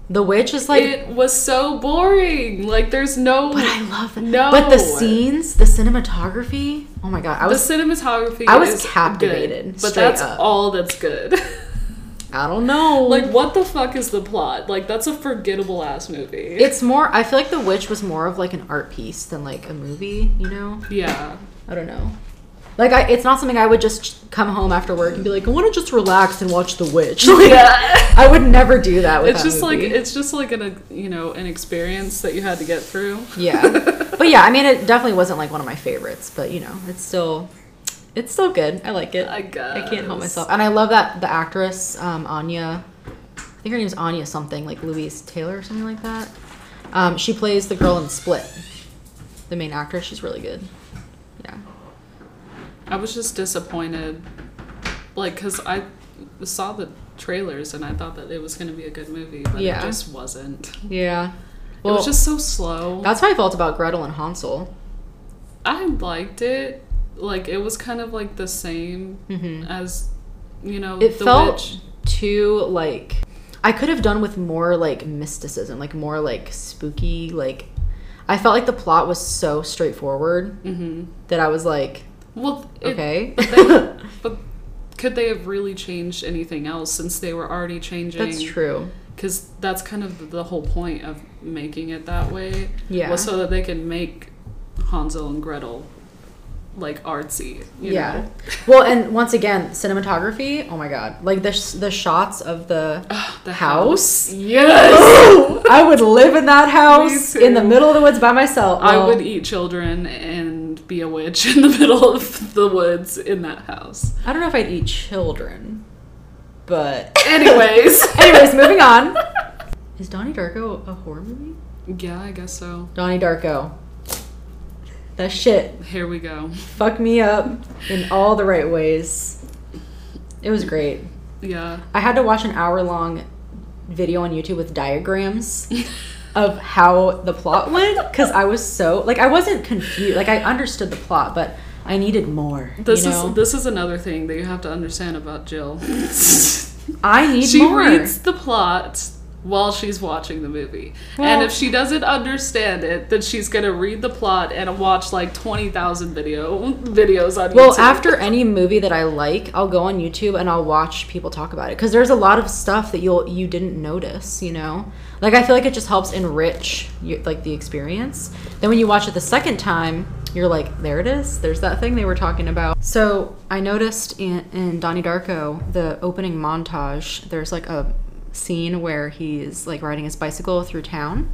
Speaker 1: the witch is like.
Speaker 2: it was so boring. Like there's no
Speaker 1: but I love it.
Speaker 2: No.
Speaker 1: But the scenes, the cinematography. Oh my god! I
Speaker 2: the
Speaker 1: was.
Speaker 2: cinematography.
Speaker 1: I was
Speaker 2: is good,
Speaker 1: captivated,
Speaker 2: but
Speaker 1: straight
Speaker 2: that's
Speaker 1: up.
Speaker 2: all that's good. <laughs>
Speaker 1: I don't know.
Speaker 2: like what the fuck is the plot? Like that's a forgettable ass movie.
Speaker 1: it's more. I feel like the witch was more of like an art piece than like a movie. You know. <laughs>
Speaker 2: yeah.
Speaker 1: I don't know. Like I, it's not something I would just come home after work and be like, I want to just relax and watch The Witch. <laughs> Like,
Speaker 2: Yeah.
Speaker 1: I would never do that. With
Speaker 2: It's
Speaker 1: that
Speaker 2: just like
Speaker 1: movie.
Speaker 2: it's just like an you know an experience that you had to get through. <laughs>
Speaker 1: Yeah. but yeah, I mean it definitely wasn't like one of my favorites, but you know, it's still it's still good. I like it.
Speaker 2: I guess
Speaker 1: I can't help myself. And I love that the actress, um, Anya I think her name's Anya something, like Louise Taylor or something like that. Um, she plays the girl in Split. The main actress, she's really good. Yeah.
Speaker 2: I was just disappointed, like because I saw the trailers and I thought that it was going to be a good movie, but
Speaker 1: Yeah.
Speaker 2: it just wasn't.
Speaker 1: Yeah.
Speaker 2: it
Speaker 1: Well,
Speaker 2: was just so slow.
Speaker 1: that's how I felt about Gretel and Hansel.
Speaker 2: I liked it. Like it was kind of like the same
Speaker 1: Mhm.
Speaker 2: as you know
Speaker 1: it
Speaker 2: the
Speaker 1: felt
Speaker 2: witch.
Speaker 1: too like i could have done with more like mysticism like more like spooky like i felt like the plot was so straightforward
Speaker 2: hmm
Speaker 1: that i was like
Speaker 2: Well, it,
Speaker 1: okay
Speaker 2: but,
Speaker 1: <laughs>
Speaker 2: they, but could they have really changed anything else since they were already changing?
Speaker 1: that's true
Speaker 2: Because that's kind of the whole point of making it that way.
Speaker 1: Yeah.
Speaker 2: Was so that they can make Hansel and Gretel like artsy. You
Speaker 1: yeah
Speaker 2: Know?
Speaker 1: well and once again cinematography oh my god like the, sh- the shots of
Speaker 2: <laughs>
Speaker 1: the
Speaker 2: The
Speaker 1: house
Speaker 2: <laughs> Yes.
Speaker 1: i would live in that house in the
Speaker 2: too.
Speaker 1: middle of the woods by myself
Speaker 2: I
Speaker 1: Well,
Speaker 2: would e- eat children and be a witch <laughs> in the middle of the woods in that house.
Speaker 1: i don't know if i'd eat children but <laughs>
Speaker 2: Anyways.
Speaker 1: anyways moving
Speaker 2: <laughs>
Speaker 1: on is donnie darko a horror movie
Speaker 2: yeah, I guess so.
Speaker 1: Donnie Darko. That shit
Speaker 2: Here we go.
Speaker 1: fucked me up in all the right ways. It was great.
Speaker 2: Yeah. <laughs>
Speaker 1: I had to watch an hour long video on YouTube with diagrams of how the plot went because I was so like I wasn't confused. Like I understood the plot, but I needed more.
Speaker 2: This
Speaker 1: you know?
Speaker 2: is this is another thing that you have to understand
Speaker 1: <laughs>
Speaker 2: about Jill.
Speaker 1: I need
Speaker 2: she
Speaker 1: more.
Speaker 2: reads the plot while she's watching the movie.
Speaker 1: Well-
Speaker 2: and if she doesn't understand it, then she's going to read the plot and watch like 20,000 video videos on
Speaker 1: Well,
Speaker 2: YouTube.
Speaker 1: after any movie that I like, I'll go on YouTube and I'll watch people talk about it because there's a lot of stuff that you'll you didn't notice, you know. Like I feel like it just helps enrich you, like the experience. Then when you watch it the second time, you're like, there it is. There's that thing they were talking about. So I noticed in, in Donnie Darko the opening montage. There's like a scene where he's like riding his bicycle through town,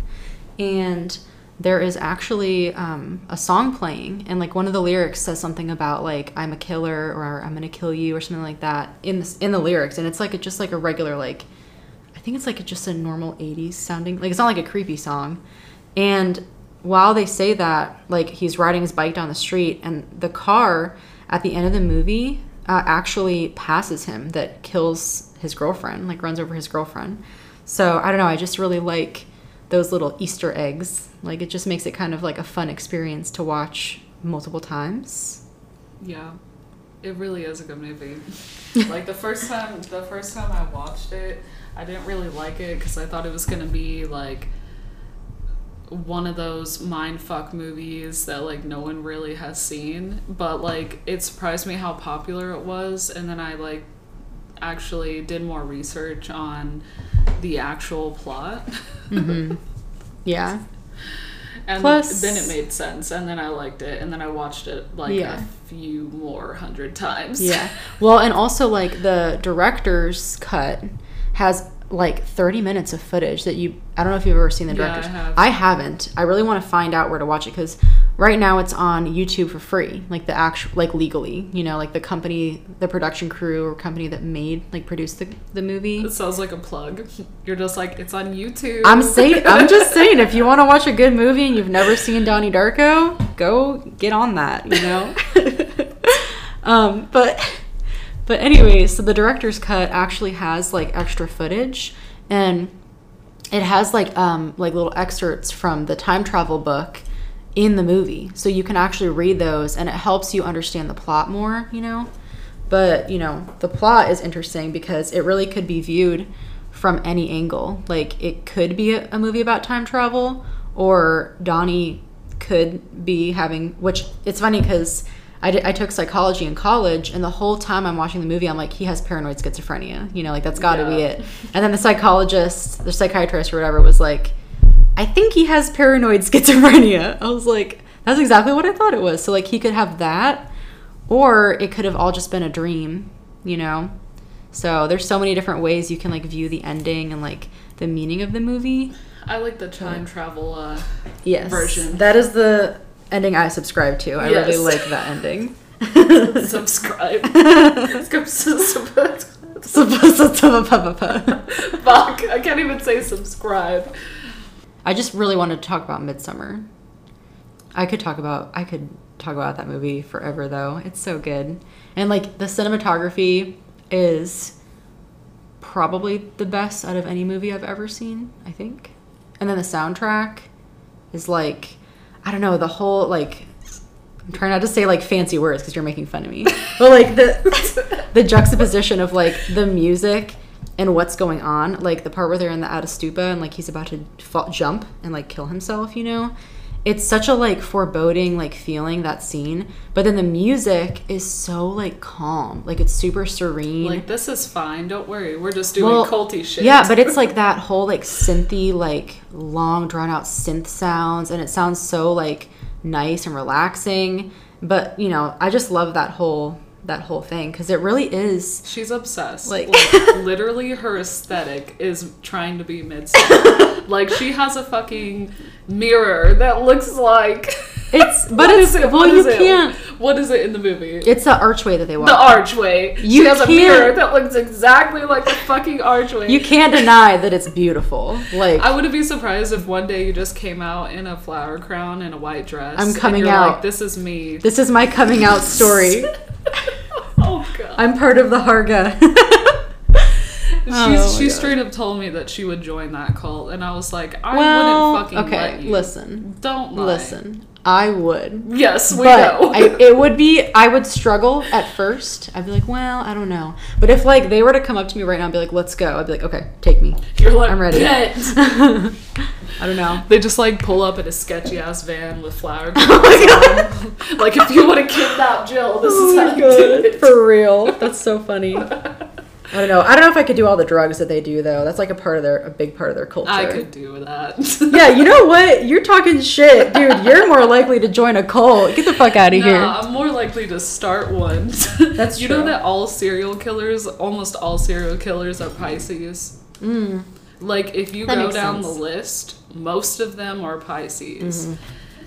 Speaker 1: and there is actually um, a song playing and like one of the lyrics says something about like i'm a killer or i'm gonna kill you or something like that in the, in the lyrics and it's like a, just like a regular like i think it's like just a normal 80s sounding like it's not like a creepy song and while they say that like he's riding his bike down the street and the car at the end of the movie uh, actually passes him that kills his girlfriend like runs over his girlfriend so i don't know i just really like those little Easter eggs. Like it just makes it kind of like a fun experience to watch multiple times.
Speaker 2: Yeah. It really is a good movie. like the first time the first time I watched it, I didn't really like it cuz I thought it was going to be like one of those mind fuck movies that like no one really has seen, but like it surprised me how popular it was, and then I like actually did more research on the actual plot, <laughs>
Speaker 1: Yeah.
Speaker 2: and
Speaker 1: Plus-
Speaker 2: then it made sense, and then I liked it, and then I watched it like
Speaker 1: Yeah.
Speaker 2: a few more hundred times.
Speaker 1: Yeah. Well, and also like the director's cut has like 30 minutes of footage that you I don't know if you've ever seen the
Speaker 2: Yeah, I
Speaker 1: director's.
Speaker 2: have.
Speaker 1: haven't. I really want to find out where to watch it cuz right now it's on YouTube for free, like the actual like legally, you know, like the company, the production crew or company that made like produced the the movie.
Speaker 2: <laughs> It sounds like a plug. You're just like it's on YouTube.
Speaker 1: I'm saying I'm
Speaker 2: <laughs>
Speaker 1: just saying if you want to watch a good movie and you've never seen Donnie Darko, go get on that, you know. um, but but anyway, so the director's cut actually has like extra footage and it has like um like little excerpts from the time travel book in the movie. So you can actually read those and it helps you understand the plot more, you know. But, you know, the plot is interesting because it really could be viewed from any angle. Like it could be a, a movie about time travel or Donnie could be having which it's funny because I, did, I took psychology in college and the whole time i'm watching the movie i'm like he has paranoid schizophrenia you know like that's gotta be
Speaker 2: Yeah.
Speaker 1: it and then the psychologist the psychiatrist or whatever was like i think he has paranoid schizophrenia i was like that's exactly what i thought it was so like he could have that or it could have all just been a dream you know so there's so many different ways you can like view the ending and like the meaning of the movie
Speaker 2: I like the time travel.
Speaker 1: <laughs>
Speaker 2: Uh,
Speaker 1: yes
Speaker 2: version.
Speaker 1: that is the ending i subscribe to i
Speaker 2: Yes.
Speaker 1: really like that ending <laughs>
Speaker 2: subscribe. Fuck! <laughs>
Speaker 1: I
Speaker 2: I can't even say subscribe.
Speaker 1: just really wanted to talk about Midsummer. I could talk about I could talk about that movie forever though. It's so good. And like the cinematography is probably the best out of any movie I've ever seen, I think. And then the soundtrack is like I don't know, the whole like I'm trying not to say like fancy words because you're making fun of me. But like the the juxtaposition of like the music and what's going on, like the part where they're in the Atastupa and like he's about to fall, jump and like kill himself, you know. It's such a like foreboding like feeling that scene, but then the music is so like calm, like it's super serene.
Speaker 2: Like this is fine. Don't worry. We're just doing
Speaker 1: Well,
Speaker 2: culty shit.
Speaker 1: Yeah, but it's like that whole like synthy, like long drawn out synth sounds, and it sounds so like nice and relaxing. But you know, I just love that whole that whole thing because it really is.
Speaker 2: she's obsessed. Like,
Speaker 1: Like-
Speaker 2: literally, her aesthetic is trying to be midsummer.
Speaker 1: <laughs>
Speaker 2: like she has a fucking mirror that looks like. <laughs>
Speaker 1: It's but
Speaker 2: What
Speaker 1: it's
Speaker 2: is it?
Speaker 1: well,
Speaker 2: What
Speaker 1: you
Speaker 2: is it?
Speaker 1: can't.
Speaker 2: What is it in the movie?
Speaker 1: It's the archway that they walk.
Speaker 2: the archway. she
Speaker 1: You
Speaker 2: has a
Speaker 1: can't-
Speaker 2: mirror that looks exactly like the fucking archway.
Speaker 1: you can't deny that it's beautiful. Like
Speaker 2: I wouldn't be surprised if one day you just came out in a flower crown and a white dress.
Speaker 1: I'm
Speaker 2: and
Speaker 1: coming
Speaker 2: you're
Speaker 1: out.
Speaker 2: Like, this is me.
Speaker 1: this is my coming out story.
Speaker 2: <laughs> oh god.
Speaker 1: I'm part of the Harga. <laughs> Oh, my
Speaker 2: She's, she
Speaker 1: God.
Speaker 2: straight up told me that she would join that cult, and I was like, I
Speaker 1: well,
Speaker 2: wouldn't fucking
Speaker 1: okay.
Speaker 2: let you.
Speaker 1: Listen,
Speaker 2: Don't lie.
Speaker 1: listen. I would.
Speaker 2: Yes, we
Speaker 1: but
Speaker 2: know.
Speaker 1: I, it would be i would struggle at first i'd be like well i don't know but if like they were to come up to me right now and be like let's go i'd be like okay take me
Speaker 2: <laughs>
Speaker 1: <laughs>
Speaker 2: You're like,
Speaker 1: I'm ready. <laughs>
Speaker 2: "Bet."
Speaker 1: i don't know
Speaker 2: <laughs> They just like pull up in a sketchy ass van with
Speaker 1: <laughs>
Speaker 2: flower crowns on. Like if you want to kidnap Jill, this is how you do it.
Speaker 1: Oh <laughs> for real that's so funny i don't know i don't know if i could do all the drugs that they do though that's like a part of their a big part of their culture
Speaker 2: I could do that.
Speaker 1: yeah you know what you're talking shit dude you're more likely to join a cult get the fuck out of
Speaker 2: Nah,
Speaker 1: here
Speaker 2: I'm more likely to start one.
Speaker 1: That's
Speaker 2: <laughs> you know
Speaker 1: true.
Speaker 2: that all serial killers, almost all serial killers, are Pisces. Like if you
Speaker 1: Mm. That
Speaker 2: go
Speaker 1: makes
Speaker 2: down
Speaker 1: sense. Mm-hmm.
Speaker 2: the list, most of them are Pisces.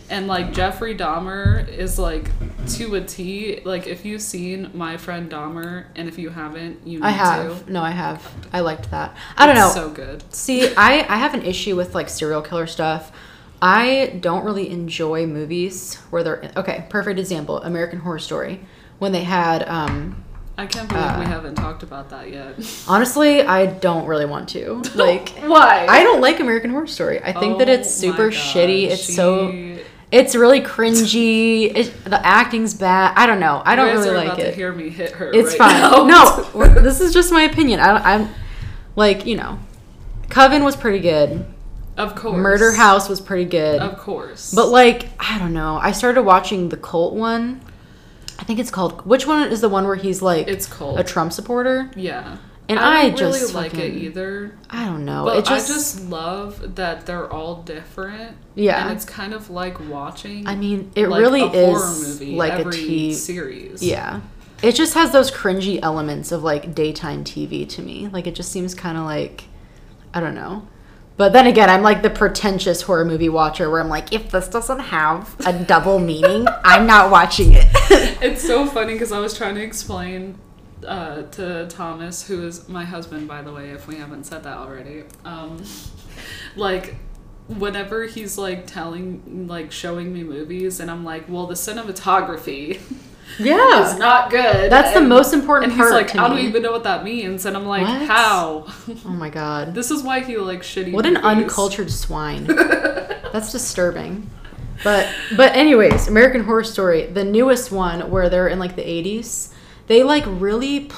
Speaker 2: And like Jeffrey Dahmer is like to a T. Like if you've seen My Friend Dahmer, and if you haven't, you need
Speaker 1: i have no i have i liked that i don't
Speaker 2: to.
Speaker 1: know
Speaker 2: It's so good.
Speaker 1: See, I, I have an issue with like serial killer stuff. I don't really enjoy movies where they're okay. Perfect example: American Horror Story, when they had. Um,
Speaker 2: I can't believe we
Speaker 1: Uh,
Speaker 2: haven't talked about that
Speaker 1: <laughs>
Speaker 2: yet.
Speaker 1: honestly, I don't really want
Speaker 2: <laughs>
Speaker 1: to like.
Speaker 2: Why?
Speaker 1: I don't like American Horror Story. I think that
Speaker 2: Oh
Speaker 1: it's super shitty. It's so. It's really cringy. It, the acting's bad. I don't know. I don't
Speaker 2: you guys
Speaker 1: really
Speaker 2: are
Speaker 1: like
Speaker 2: about
Speaker 1: it.
Speaker 2: To hear me hit her.
Speaker 1: It's
Speaker 2: right
Speaker 1: fine.
Speaker 2: now. <laughs>
Speaker 1: No, we're- this is just my opinion. I, I'm like, you know, Coven was pretty good.
Speaker 2: Of course.
Speaker 1: Murder House was pretty good.
Speaker 2: Of course.
Speaker 1: But like, I don't know. I started watching the cult one. I think it's called. Which one is the one where he's like
Speaker 2: it's cold.
Speaker 1: a Trump supporter?
Speaker 2: yeah.
Speaker 1: And
Speaker 2: I
Speaker 1: I,
Speaker 2: don't
Speaker 1: just
Speaker 2: really like it
Speaker 1: fucking-
Speaker 2: either.
Speaker 1: I don't know.
Speaker 2: But
Speaker 1: it just,
Speaker 2: I just love that they're all different.
Speaker 1: Yeah.
Speaker 2: And it's kind of like watching
Speaker 1: I mean, it
Speaker 2: like,
Speaker 1: really
Speaker 2: a horror
Speaker 1: is
Speaker 2: movie
Speaker 1: like a
Speaker 2: every
Speaker 1: T-
Speaker 2: series.
Speaker 1: yeah. It just has those cringy elements of like daytime TV to me. Like it just seems kind of like I don't know. But then again, I'm like the pretentious horror movie watcher where I'm like, if this doesn't have a double meaning, I'm not watching
Speaker 2: <laughs>
Speaker 1: it.
Speaker 2: It's so funny because I was trying to explain uh, to Thomas, who is my husband, by the way, if we haven't said that already. Um, like, whenever he's like telling, like showing me movies, and I'm like, well, the cinematography
Speaker 1: yeah.
Speaker 2: is not good.
Speaker 1: That's the
Speaker 2: and-
Speaker 1: most important
Speaker 2: And he's
Speaker 1: part
Speaker 2: like,
Speaker 1: to
Speaker 2: I
Speaker 1: me.
Speaker 2: don't even know what that means. And I'm like,
Speaker 1: What?
Speaker 2: how? <laughs>
Speaker 1: oh my god.
Speaker 2: This is why he likes shitty.
Speaker 1: What an
Speaker 2: movies.
Speaker 1: uncultured swine. That's disturbing. But but anyways, American Horror Story, the newest one where they're in like the 80s, they like really p-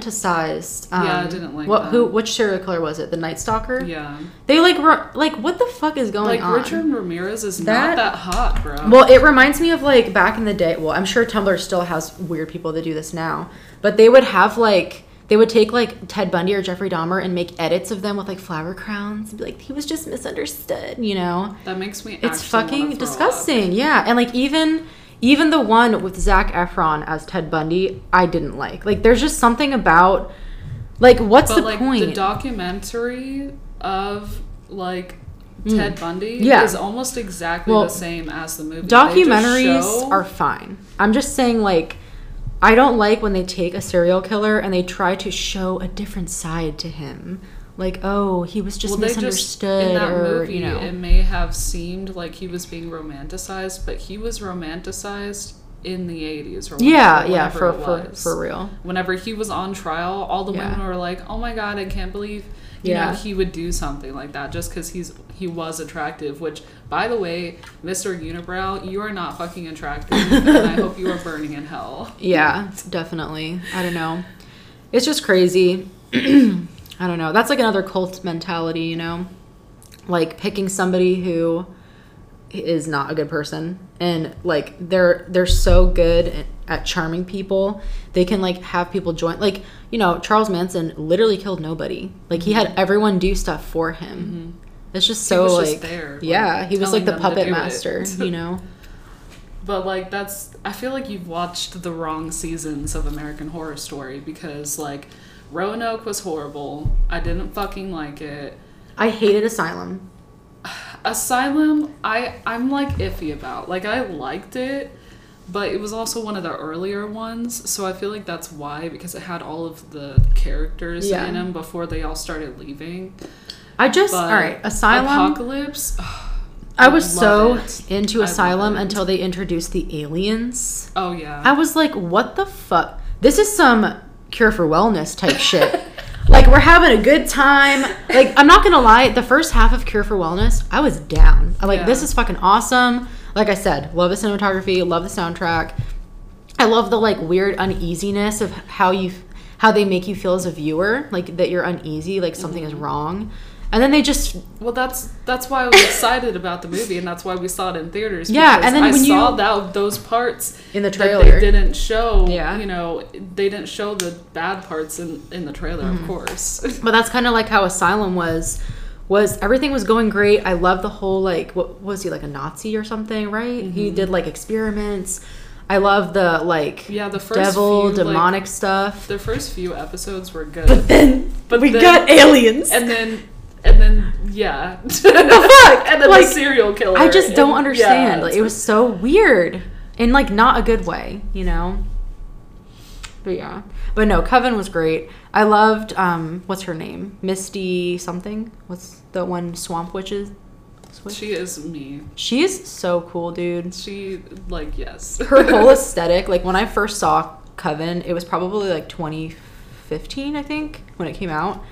Speaker 1: romanticized um,
Speaker 2: Yeah, I didn't like
Speaker 1: what
Speaker 2: that.
Speaker 1: who which serial killer was it? The Night Stalker?
Speaker 2: Yeah,
Speaker 1: They like ro- like what the fuck is going
Speaker 2: like
Speaker 1: on?
Speaker 2: Richard Ramirez is
Speaker 1: That-
Speaker 2: not that hot, bro.
Speaker 1: Well, it reminds me of like back in the day. Well, I'm sure Tumblr still has weird people that do this now, but they would have like they would take like Ted Bundy or Jeffrey Dahmer and make edits of them with like flower crowns and be like, he was just misunderstood, you know?
Speaker 2: that makes me.
Speaker 1: It's
Speaker 2: actually wanna
Speaker 1: fucking
Speaker 2: throw up.
Speaker 1: disgusting. Yeah, and like even even the one with Zach Efron as Ted Bundy, I didn't like. Like, there's just something about like what's
Speaker 2: but
Speaker 1: the
Speaker 2: like
Speaker 1: point?
Speaker 2: the documentary of like Ted Bundy
Speaker 1: Hmm. Yeah.
Speaker 2: is almost exactly
Speaker 1: Well,
Speaker 2: the same as the movie. They just
Speaker 1: documentaries
Speaker 2: show-
Speaker 1: are fine. I'm just saying, like, I don't like when they take a serial killer and they try to show a different side to him. Like, oh, he was just
Speaker 2: well, they just
Speaker 1: misunderstood,
Speaker 2: in that
Speaker 1: or
Speaker 2: movie,
Speaker 1: you know,
Speaker 2: it may have seemed like he was being romanticized, but he was romanticized in the eighties or
Speaker 1: yeah,
Speaker 2: whenever-
Speaker 1: yeah, for
Speaker 2: whenever it
Speaker 1: for
Speaker 2: was.
Speaker 1: for real.
Speaker 2: Whenever he was on trial, all the
Speaker 1: Yeah.
Speaker 2: women were like, "Oh my god, I can't believe." You
Speaker 1: Yeah.
Speaker 2: know, he would do something like that just because he's he was attractive. Which, by the way, Mister Unibrow, you are not
Speaker 1: <laughs>
Speaker 2: fucking attractive, and I hope you are burning in hell.
Speaker 1: Yeah, definitely. I don't know. It's just crazy. <clears throat> I don't know. That's like another cult mentality, you know? Like picking somebody who is not a good person and like they're they're so good at charming people. They can like have people join like, you know, Charles Manson literally killed nobody. Like he had everyone do stuff for him. It's just so
Speaker 2: Mm-hmm. was
Speaker 1: like
Speaker 2: just there, like,
Speaker 1: yeah, he was
Speaker 2: telling
Speaker 1: like the
Speaker 2: them to
Speaker 1: puppet
Speaker 2: do it. <laughs>
Speaker 1: master, you know.
Speaker 2: But like that's I feel like you've watched the wrong seasons of American Horror Story because like Roanoke was horrible. I didn't fucking like it.
Speaker 1: I hated Asylum.
Speaker 2: Asylum, I I'm like iffy about. Like I liked it, but it was also one of the earlier ones, so I feel like that's why because it had all of the characters
Speaker 1: Yeah.
Speaker 2: in them before they all started leaving.
Speaker 1: I just
Speaker 2: But
Speaker 1: all right, Asylum
Speaker 2: Apocalypse.
Speaker 1: I was so
Speaker 2: love it.
Speaker 1: into
Speaker 2: I love
Speaker 1: Asylum
Speaker 2: it.
Speaker 1: until they introduced the aliens.
Speaker 2: Oh yeah.
Speaker 1: I was like, what the fuck? This is some cure for wellness
Speaker 2: <laughs>
Speaker 1: type shit. like, we're having a good time. Like, I'm not gonna lie, the first half of Cure for Wellness, I was down. I'm like,
Speaker 2: Yeah.
Speaker 1: this is fucking awesome. Like I said, love the cinematography, love the soundtrack. I love the like weird uneasiness of how you how they make you feel as a viewer, like that you're uneasy, like something
Speaker 2: Mm-hmm.
Speaker 1: is wrong. And then they just
Speaker 2: Well, that's that's why I was excited about the movie, and that's why we saw it in theaters.
Speaker 1: Yeah,
Speaker 2: because
Speaker 1: and then
Speaker 2: I
Speaker 1: when you-
Speaker 2: saw that those parts
Speaker 1: in the
Speaker 2: that
Speaker 1: trailer.
Speaker 2: they didn't show.
Speaker 1: Yeah.
Speaker 2: you know, they didn't show the bad parts in in the trailer,
Speaker 1: Mm-hmm.
Speaker 2: of course. <laughs>
Speaker 1: But that's kind of like how Asylum was. Was everything was going great? I love the whole like what was he like a Nazi or something? Right?
Speaker 2: Mm-hmm.
Speaker 1: He did like experiments. I love the like
Speaker 2: Yeah, the first
Speaker 1: devil
Speaker 2: few, like-
Speaker 1: demonic stuff.
Speaker 2: the first few episodes were good,
Speaker 1: Then
Speaker 2: <laughs> But
Speaker 1: we
Speaker 2: then-
Speaker 1: got aliens.
Speaker 2: and then and then yeah, <laughs>
Speaker 1: fuck?
Speaker 2: and then
Speaker 1: Like,
Speaker 2: the serial killer.
Speaker 1: I just don't
Speaker 2: and-
Speaker 1: understand.
Speaker 2: yeah,
Speaker 1: Like it was so weird in like not a good way, you know. But yeah, but no, Coven was great. I loved um, what's her name, Misty something. What's the one Swamp Witches? Switch?
Speaker 2: she is me.
Speaker 1: She is so cool, dude.
Speaker 2: She like yes.
Speaker 1: Her
Speaker 2: <laughs>
Speaker 1: whole aesthetic, like when I first saw Coven, it was probably like 2015, I think, when it came out.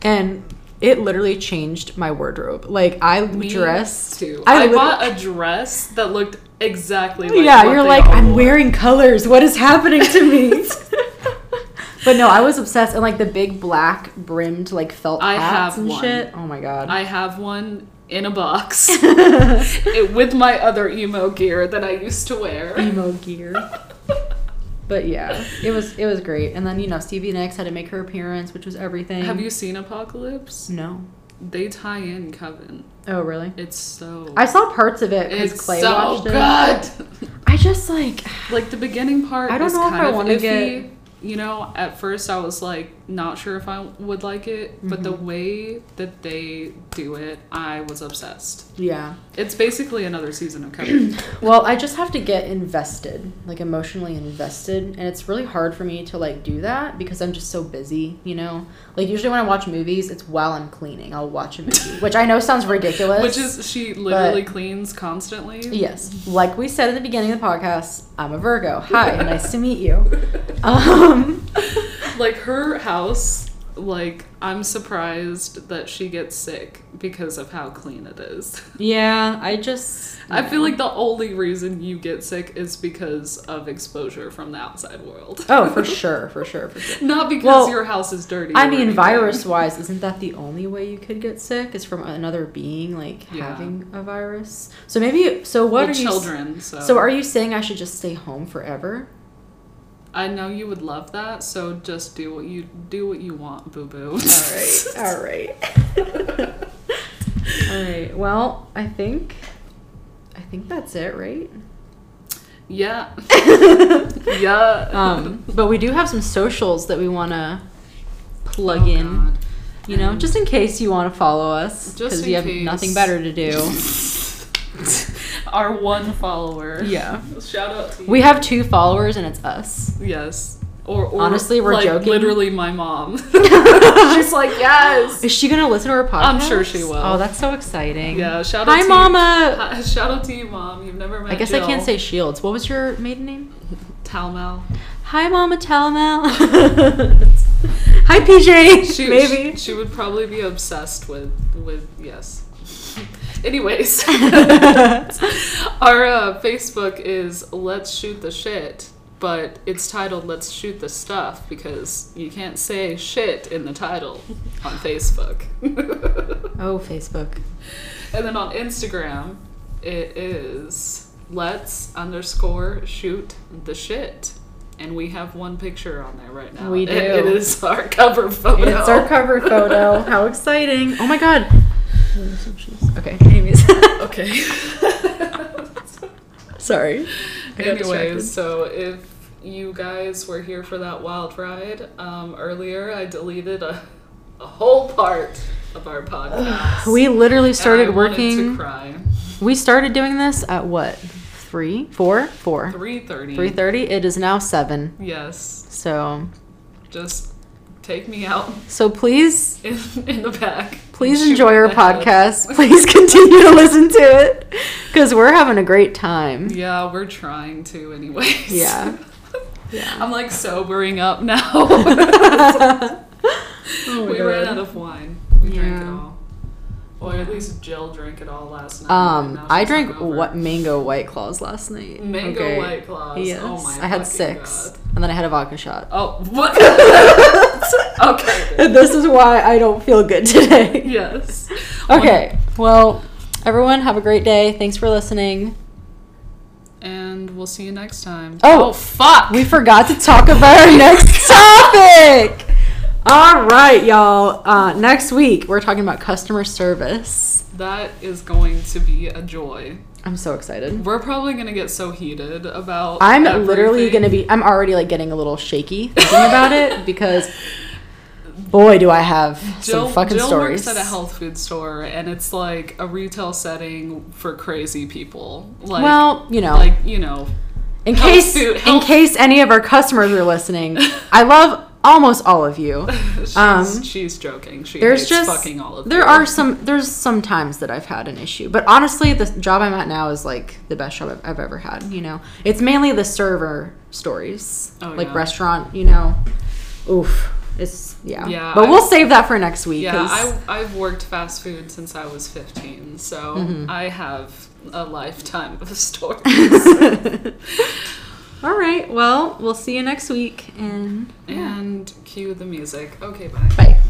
Speaker 1: And it literally changed my wardrobe. Like I
Speaker 2: Me
Speaker 1: dressed
Speaker 2: too.
Speaker 1: I
Speaker 2: I,
Speaker 1: lit-
Speaker 2: bought a dress that looked exactly like
Speaker 1: yeah,
Speaker 2: what
Speaker 1: you're
Speaker 2: they
Speaker 1: like,
Speaker 2: all
Speaker 1: I'm
Speaker 2: wore.
Speaker 1: wearing colors. What is happening to
Speaker 2: <laughs>
Speaker 1: me? but no, I was obsessed and like the big black brimmed like felt
Speaker 2: I
Speaker 1: hats
Speaker 2: have
Speaker 1: and
Speaker 2: one.
Speaker 1: shit. Oh my god.
Speaker 2: I have one in
Speaker 1: <laughs>
Speaker 2: a box it, with my other emo gear that I used to wear.
Speaker 1: emo gear. But yeah, it was it was great. And then you know Stevie Nicks had to make her appearance, which was everything.
Speaker 2: Have you seen Apocalypse?
Speaker 1: No.
Speaker 2: They tie in Coven.
Speaker 1: Oh really?
Speaker 2: It's so
Speaker 1: I saw parts of it because
Speaker 2: it's
Speaker 1: Clay
Speaker 2: so
Speaker 1: watched it.
Speaker 2: good.
Speaker 1: I just like
Speaker 2: Like the beginning part
Speaker 1: I don't
Speaker 2: is
Speaker 1: know if
Speaker 2: kind
Speaker 1: I
Speaker 2: of
Speaker 1: wanna
Speaker 2: iffy.
Speaker 1: get-
Speaker 2: You know, at first I was like not sure if I would like it, but
Speaker 1: Mm-hmm.
Speaker 2: the way that they do it, I was obsessed.
Speaker 1: yeah.
Speaker 2: It's basically another season
Speaker 1: <clears throat>
Speaker 2: of Coven.
Speaker 1: <sighs> Well, I just have to get invested, like emotionally invested, and it's really hard for me to like do that because I'm just so busy, you know. Like usually when I watch movies, it's while I'm cleaning. I'll watch a
Speaker 2: <laughs>
Speaker 1: movie, which I know sounds ridiculous.
Speaker 2: Which is she literally cleans constantly.
Speaker 1: yes, like we said at the beginning of the podcast, I'm a
Speaker 2: <laughs>
Speaker 1: Virgo. Hi, nice to meet you. Um,
Speaker 2: Like her house, like I'm surprised that she gets sick because of how clean it is. <laughs>
Speaker 1: yeah, I just
Speaker 2: I feel like the only reason you get sick is because of exposure from the outside world.
Speaker 1: oh for sure, for sure, for sure.
Speaker 2: <laughs> Not because
Speaker 1: Well,
Speaker 2: your house is dirty.
Speaker 1: I
Speaker 2: or
Speaker 1: mean,
Speaker 2: anything.
Speaker 1: virus wise, isn't that the only way you could get sick? Is from another being, like
Speaker 2: Yeah.
Speaker 1: having a virus. So maybe. So what
Speaker 2: Well,
Speaker 1: are you?
Speaker 2: children? So,
Speaker 1: So are you saying I should just stay home
Speaker 2: <laughs>
Speaker 1: forever?
Speaker 2: I know you would love that. So just do what you do what you want, boo boo.
Speaker 1: All right.
Speaker 2: <laughs>
Speaker 1: All right. Well, I think I think that's it,
Speaker 2: <laughs>
Speaker 1: right?
Speaker 2: yeah. yeah.
Speaker 1: Um, but we do have some socials that we want to plug
Speaker 2: Oh,
Speaker 1: in,
Speaker 2: God.
Speaker 1: you know,
Speaker 2: Um,
Speaker 1: just <laughs> in case you want to follow us
Speaker 2: Just
Speaker 1: cuz
Speaker 2: in
Speaker 1: you have
Speaker 2: case.
Speaker 1: nothing better
Speaker 2: <laughs>
Speaker 1: to do.
Speaker 2: Our one follower.
Speaker 1: yeah.
Speaker 2: Shout out to you.
Speaker 1: We have two followers and it's
Speaker 2: <laughs>
Speaker 1: us.
Speaker 2: Yes. Or, or
Speaker 1: Honestly, we're
Speaker 2: like,
Speaker 1: joking.
Speaker 2: Literally, my
Speaker 1: <laughs>
Speaker 2: mom. She's like, yes.
Speaker 1: Is she going to listen to our podcast?
Speaker 2: I'm sure she will.
Speaker 1: Oh, that's so exciting.
Speaker 2: Yeah. Shout out.
Speaker 1: Hi
Speaker 2: to You.
Speaker 1: mama.
Speaker 2: Hi- Shout out to you, mom. You've never met.
Speaker 1: I guess I
Speaker 2: Jill.
Speaker 1: can't say Shields. What was your maiden name?
Speaker 2: Talmal.
Speaker 1: Hi, Mama
Speaker 2: <laughs>
Speaker 1: Telmel. Hi, PJ.
Speaker 2: She,
Speaker 1: Maybe.
Speaker 2: She, she would probably be obsessed with with yes. <laughs>
Speaker 1: <laughs>
Speaker 2: Anyways, our uh, Facebook is Let's Shoot the Shit, but it's titled Let's Shoot the Stuff because you can't say shit in the title on Facebook.
Speaker 1: oh, Facebook.
Speaker 2: And then on Instagram, it is let's underscore shoot the shit. And we have one picture on there right now.
Speaker 1: We
Speaker 2: It- it
Speaker 1: do.
Speaker 2: is our cover photo.
Speaker 1: It's our cover photo.
Speaker 2: <laughs>
Speaker 1: How exciting. Oh my god. Okay, anyways.
Speaker 2: <laughs>
Speaker 1: <laughs>
Speaker 2: Okay.
Speaker 1: Sorry. I got distracted.
Speaker 2: Anyways, so if you guys were here for that wild ride um, earlier, I deleted a, a whole part of
Speaker 1: <sighs>
Speaker 2: our podcast.
Speaker 1: We literally
Speaker 2: And I
Speaker 1: started
Speaker 2: wanted to
Speaker 1: working.
Speaker 2: cry.
Speaker 1: We started doing this at what? Three? Four? Four.
Speaker 2: 3:30.
Speaker 1: 3.30. It is now 7.
Speaker 2: Yes,
Speaker 1: So,
Speaker 2: just take me out <laughs>
Speaker 1: so please
Speaker 2: in, in the back.
Speaker 1: Please
Speaker 2: Shoot
Speaker 1: enjoy our
Speaker 2: the head.
Speaker 1: podcast. Please continue to listen to it because we're having a great time.
Speaker 2: Yeah, we're trying to, anyways. <laughs>
Speaker 1: Yeah.
Speaker 2: I'm like sobering
Speaker 1: <laughs>
Speaker 2: up now. we ran out of wine. We drank it
Speaker 1: Yeah.
Speaker 2: all. Or at least Jill drank it all last night. and
Speaker 1: <laughs>
Speaker 2: now
Speaker 1: Um, I
Speaker 2: she's
Speaker 1: drank
Speaker 2: hungover.
Speaker 1: what mango white claws last night.
Speaker 2: Mango White Claws. Oh
Speaker 1: Yes,
Speaker 2: my
Speaker 1: I had
Speaker 2: fucking
Speaker 1: six,
Speaker 2: God.
Speaker 1: and then I had a vodka shot.
Speaker 2: Oh, <laughs> what? okay. then.
Speaker 1: And <laughs> this is why I don't feel good today.
Speaker 2: Yes.
Speaker 1: <laughs> Okay, well, everyone have a great day. Thanks for listening.
Speaker 2: And we'll see you next time.
Speaker 1: Oh.
Speaker 2: fuck.
Speaker 1: We forgot to talk about our
Speaker 2: <laughs>
Speaker 1: next topic. All right, y'all. Uh, next week we're talking about customer service.
Speaker 2: that is going to be a joy.
Speaker 1: I'm so excited.
Speaker 2: We're probably gonna get so heated about.
Speaker 1: I'm literally
Speaker 2: everything.
Speaker 1: gonna be. I'm already like getting a little shaky thinking about
Speaker 2: <laughs>
Speaker 1: it because, boy, do I have
Speaker 2: Jill,
Speaker 1: some fucking
Speaker 2: Jill
Speaker 1: stories.
Speaker 2: works at a health food store, and it's like a retail setting for crazy people. Like,
Speaker 1: well, you know,
Speaker 2: like you know,
Speaker 1: in
Speaker 2: health
Speaker 1: case
Speaker 2: food-
Speaker 1: in
Speaker 2: health-
Speaker 1: case any of our customers are listening, I love almost all of
Speaker 2: <laughs>
Speaker 1: you.
Speaker 2: she's,
Speaker 1: Um,
Speaker 2: she's joking. She
Speaker 1: There's
Speaker 2: hates
Speaker 1: just
Speaker 2: fucking all of
Speaker 1: there
Speaker 2: you.
Speaker 1: are some there's some times that I've had an issue, but honestly, the job I'm at now is like the best job I've, I've ever had. You know, it's mainly the server stories,
Speaker 2: Oh,
Speaker 1: like
Speaker 2: yeah.
Speaker 1: restaurant. You know, oof. It's yeah,
Speaker 2: Yeah,
Speaker 1: but
Speaker 2: I-
Speaker 1: we'll save that for next week.
Speaker 2: Yeah,
Speaker 1: 'cause-
Speaker 2: I, I've worked fast food since I was 15, so
Speaker 1: Mm-hmm.
Speaker 2: I have a lifetime of <laughs> stories.
Speaker 1: <laughs> All right. Well, we'll see you next week and
Speaker 2: and cue the music. Okay, bye.
Speaker 1: bye.